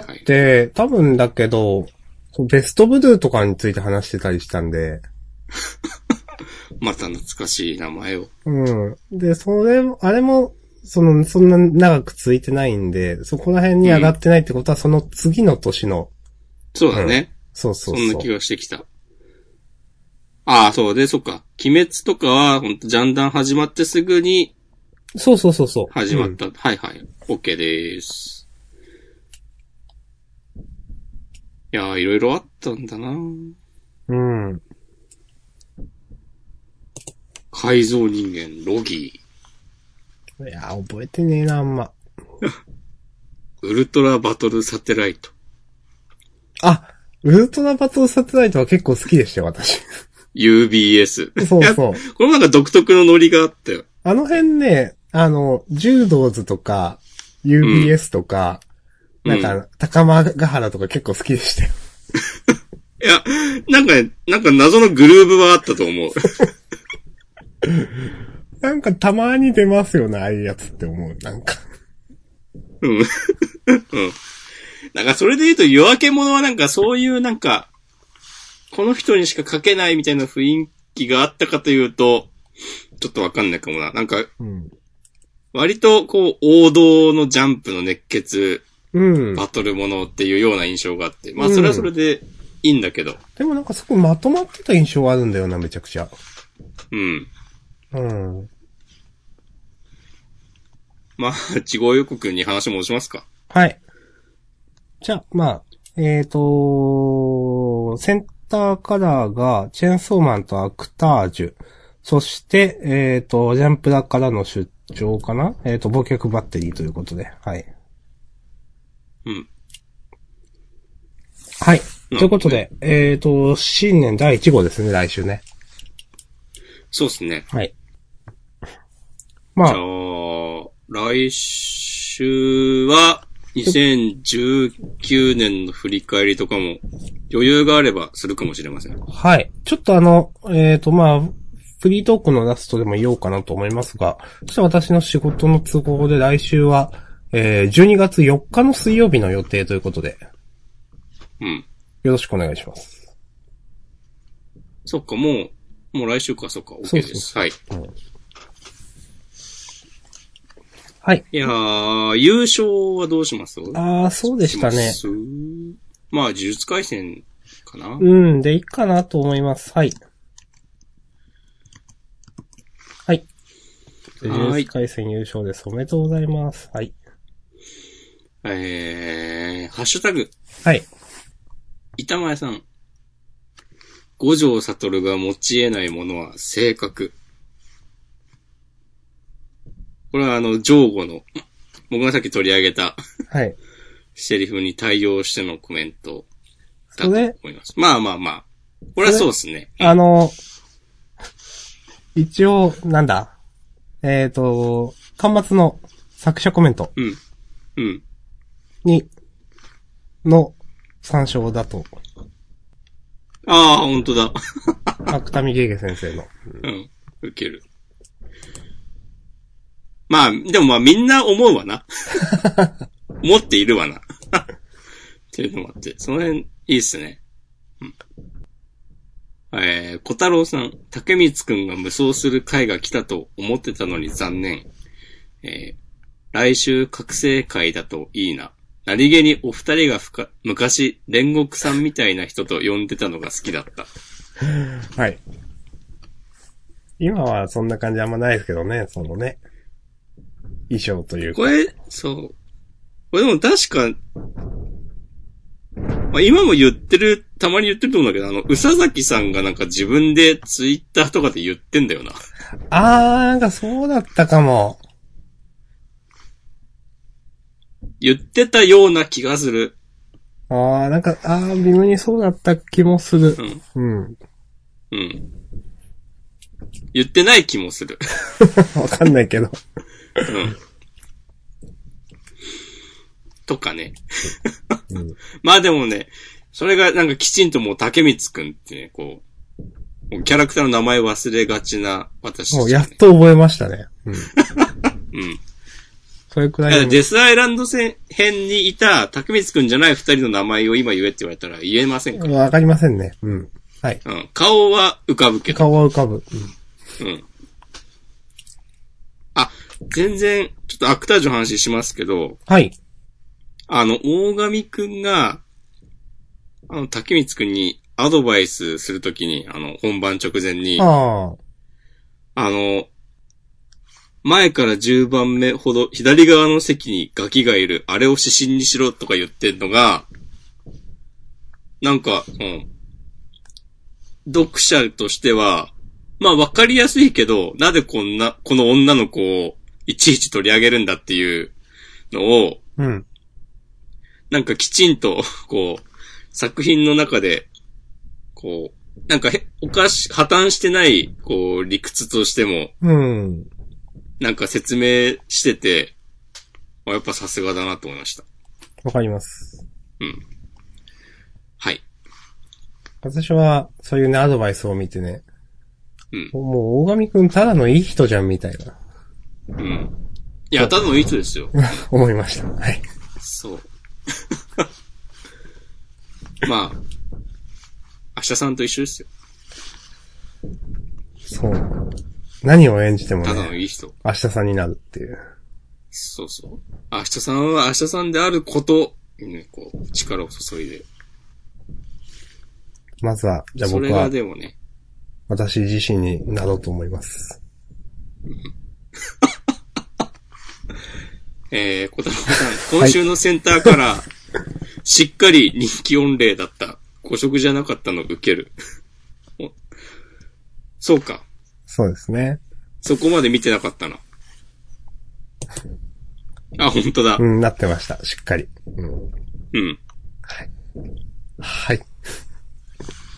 だいっはい。て、多分だけど、そうベストブドゥとかについて話してたりしたんで、また懐かしい名前を。うん。で、それ、あれも、その、そんな長く続いてないんで、そこら辺に上がってないってことは、その次の年の、そうだね。そうそうそ。そうんな気がしてきた。ああ、そうで、そっか。鬼滅とかは、ほんと、ジャンダン始まってすぐにそうそうそうそう。始まうっんた。はいはい。OK でーす。いやー、いろいろあったんだなうん。改造人間、ロギいや、覚えてねえな、あんま。ー、ウルトラバトルサテライト。あ、ウルトラバトルサテライトは結構好きでしたよ、 [LAUGHS] 私。 UBS。そういやそう。これもなんか独特のノリがあったよ。あの辺ね、あの、柔道図とか、UBS とか、うんなんか、高間ヶ原とか結構好きでしたよ。いや、なんかね、なんか謎のグルーブはあったと思う。なんかたまに出ますよね、ああいうやつって思う。なんか。うん。うん。なんかそれで言うと夜明け者はなんかそういうなんか、この人にしか書けないみたいな雰囲気があったかというと、ちょっとわかんないかもな。なんか、うん。割とこう、王道のジャンプの熱血うん。バトルものっていうような印象があって。まあそれはそれでいいんだけど。でもなんかすごいまとまってた印象があるんだよな、めちゃくちゃ。うん。うん。まあ、地合予告に話戻しますか。はい。じゃあ、まあ、えっ、と、センターカラーが、チェーンソーマンとアクタージュ。そして、えっ、と、ジャンプラからの出張かなえっ、と、忘却バッテリーということで。はい。うん。はい。とうんいうことで、えっ、と、新年第1号ですね、来週ね。そうですね。はい。まじゃあ、あ、来週は、2019年の振り返りとかも、余裕があればするかもしれません。はい。ちょっとあの、えっ、と、まあ、フリートークのラストでも言おうかなと思いますが、ちょっと私の仕事の都合で来週は、えー、12月4日の水曜日の予定ということで、うん。よろしくお願いします。そっか、もう、もう来週か、そっか、そうそ OK うです。はい。はい。いやー、優勝はどうしますあー、そうでしたね。しますまあ、呪術回戦かな、うん、でいいかなと思います。はい。はい。ではーい呪術回戦優勝です。おめでとうございます。はい。えー、ハッシュタグ、はい。板前さん。五条悟が持ち得ないものは性格。これはあの、ジョーゴの、僕がさっき取り上げたはい。セリフに対応してのコメントだとそれ、思います。まあまあまあ。これはそうですね。あの、一応、なんだ、えっ、と、端末の作者コメントうん。うん。に、の参照だと、ああ、本当だ。芥見ゲゲ先生の。うん。受ける。まあ、でもまあみんな思うわな。思っているわな。っていうのもあって、その辺、いいっすね。うん、えー、小太郎さん、竹光くんが無双する回が来たと思ってたのに残念。えー、来週覚醒会だといいな。何気にお二人がふか昔、煉獄さんみたいな人と呼んでたのが好きだった。はい。今はそんな感じあんまないですけどね、そのね。衣装というか。これ、そう。これでも確か、まあ、今も言ってる、たまに言ってると思うんだけど、あの、宇佐崎さんがなんか自分でツイッターとかで言ってんだよな。 [LAUGHS] あー、なんかそうだったかも。言ってたような気がする。あー、なんか、あー、微妙にそうだった気もするう。ん。うん。 [LAUGHS] うん。言ってない気もする。 [LAUGHS] わかんないけど。うん。とかね。うん [LAUGHS] まあでもね、それがなんかきちんともう竹光くんってね、こう、もうキャラクターの名前忘れがちな私もたうちやがっね、と覚えましたね。うん。うん。それくだらかいらの。デスアイランド戦編にいた竹光くんじゃない二人の名前を今言えって言われたら言えませんかわかりませんね。うん。はい。ら。うん。顔は浮かぶけど。顔は浮かぶ。うん。あ、全然、ちょっとアクタージュの話しますけど、はい。あの、大神くんが、あの、竹光くんにアドバイスするときに、あの、本番直前に、ああの、前から10番目ほど左側の席にガキがいる、あれを指針にしろとか言ってんのが、なんか、うん。読者としては、まあわかりやすいけど、なぜこんな、この女の子をいちいち取り上げるんだっていうのを、ー。うん。なんかきちんと、こう、作品の中で、こう、なんかへ、おかし、破綻してない、こう、理屈としても、うん。なんか説明してて、あやっぱさすがだなと思いました。わかります。うん。はい。私は、そういうね、アドバイスを見てね。うんもう、大神くんただのいい人じゃん、みたいな、うん。いや、多分いい人ですよ。思いました。はい。そう。 [LAUGHS] まあ、明日さんと一緒ですよ。そう。何を演じてもただのね、いい人。明日さんになるっていう。そうそう。明日さんは明日さんであることにね、こう、力を注いで。まずは、じゃあそ僕れがは、でもね、私自身になろうと思います。えー、小太郎さん、今週のセンターから、しっかり人気御礼だった。誤色じゃなかったの受ける。 [LAUGHS] おそうか。そうですね。そこまで見てなかったな。あ、本当だう。ん、なってました。しっかり。うん。うん。はい。はい。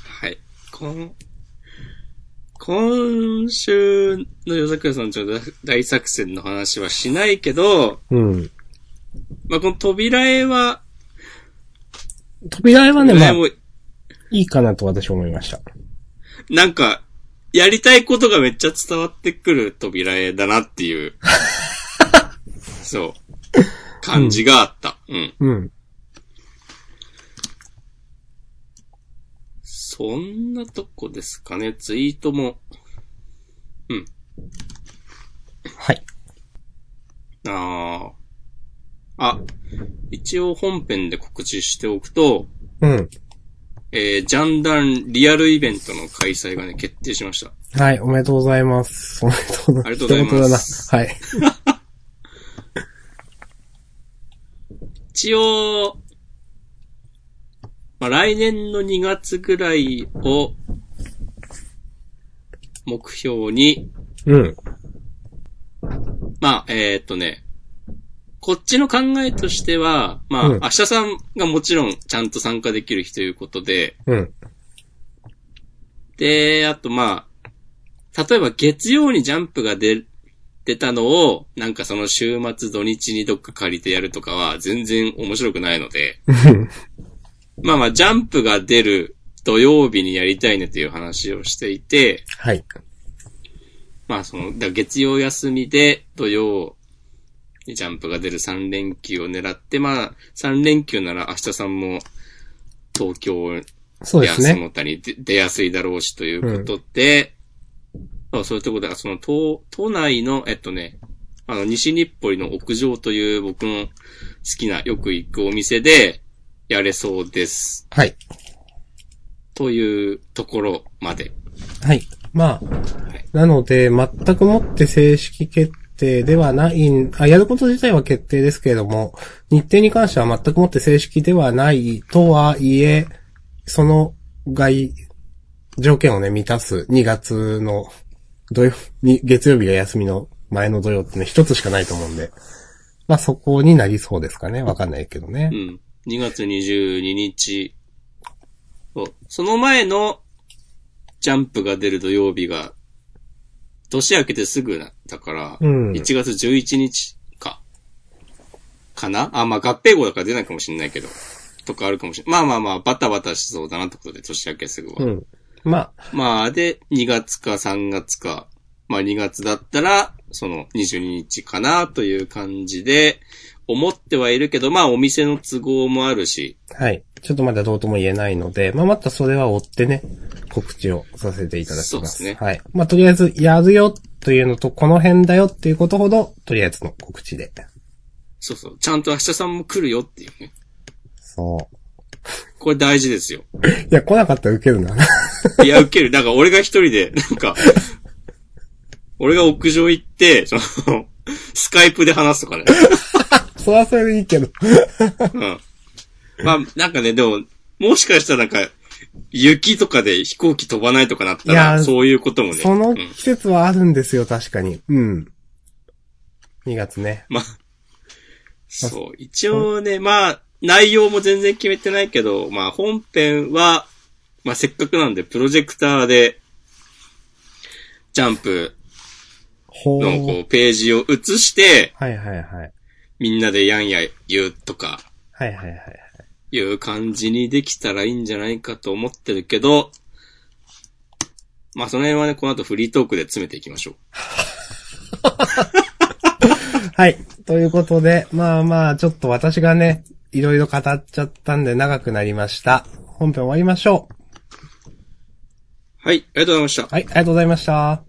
はい。こん、今週の夜桜さんちの大作戦の話はしないけど、うん。まあ、この扉絵は、扉絵はね、ま扉あ絵、もいいかなと私思いました。なんか、やりたいことがめっちゃ伝わってくる扉絵だなっていう、そう、感じがあった。うん。うん。そんなとこですかね、ツイートも。はい。ああ。あ、一応本編で告知しておくと、うん。えー、ジャンダンリアルイベントの開催がね、決定しました。はい、おめでとうございます。おめでとうございます。ありがとうございます一言だな。はい。一応、まあ、来年の2月ぐらいを、目標に、うん。まあ、えーっとね、こっちの考えとしては、まあ、うん明日さんがもちろんちゃんと参加できる日ということで、うん。で、あとまあ、例えば月曜にジャンプが出、出たのを、なんかその週末土日にどっか借りてやるとかは全然面白くないので、まあまあ、ジャンプが出る土曜日にやりたいねという話をしていて、はい。まあその、だから月曜休みで土曜ジャンプが出る3連休を狙って、まあ、3連休なら明日さんも東京そうでやすそね。の他に出出やすいだろうしということで、そうそういうところで、あその都、都内の、えっとね、あの、西日暮里の屋上という僕の好きな、よく行くお店で、やれそうです。はい。というところまで。はい。まあい、なので、全くもって正式決定ではないん、あ、やること自体は決定ですけれども、日程に関しては全くもって正式ではないとはいえ、その外、条件をね、満たす2月の土曜、に月曜日が休みの前の土曜ってね、一つしかないと思うんで、まあそこになりそうですかね。わかんないけどねう。ん。2月22日。そうその前の、ジャンプが出る土曜日が、年明けてすぐだったから、うん1月11日か。かなあ、まあ、合併号だから出ないかもしれないけど。とかあるかもしれない。まあまあまあ、バタバタしそうだなってことで、年明けすぐは。うん。まあ、まあ、で、2月か3月か。まあ、2月だったら、その22日かなという感じで、思ってはいるけど、まあ、お店の都合もあるし、はい。ちょっとまだどうとも言えないので、まあ、またそれは追ってね、告知をさせていただきます。そうですねはい。まあ、とりあえず、やるよというのと、この辺だよっていうことほど、とりあえずの告知で。そうそう。ちゃんと明日さんも来るよっていうね。そう。これ大事ですよ。いや、来なかったらウケるな。 [LAUGHS] いや、受ける。だから俺が一人で、なんか、俺が屋上行って、その、スカイプで話すとかね。それはそれでいいけど。うん。まあ、なんかね、でも、もしかしたらなんか、雪とかで飛行機飛ばないとかなったいやら、そういうこともね。そのうん季節はあるんですよ、確かに。うん。2月ね。まあ、そう。一応ね、まあ、内容も全然決めてないけど、まあ、本編は、まあ、せっかくなんで、プロジェクターで、ジャンプほう。のこうページを映して、はいはいはい。みんなでやんや言うとか、はいはいはい。いう感じにできたらいいんじゃないかと思ってるけど、まあその辺はね、この後フリートークで詰めていきましょう。はい。ということで、まあまあ、ちょっと私がね、いろいろ語っちゃったんで長くなりました。本編終わりましょう。はい、ありがとうございました。はい、ありがとうございました。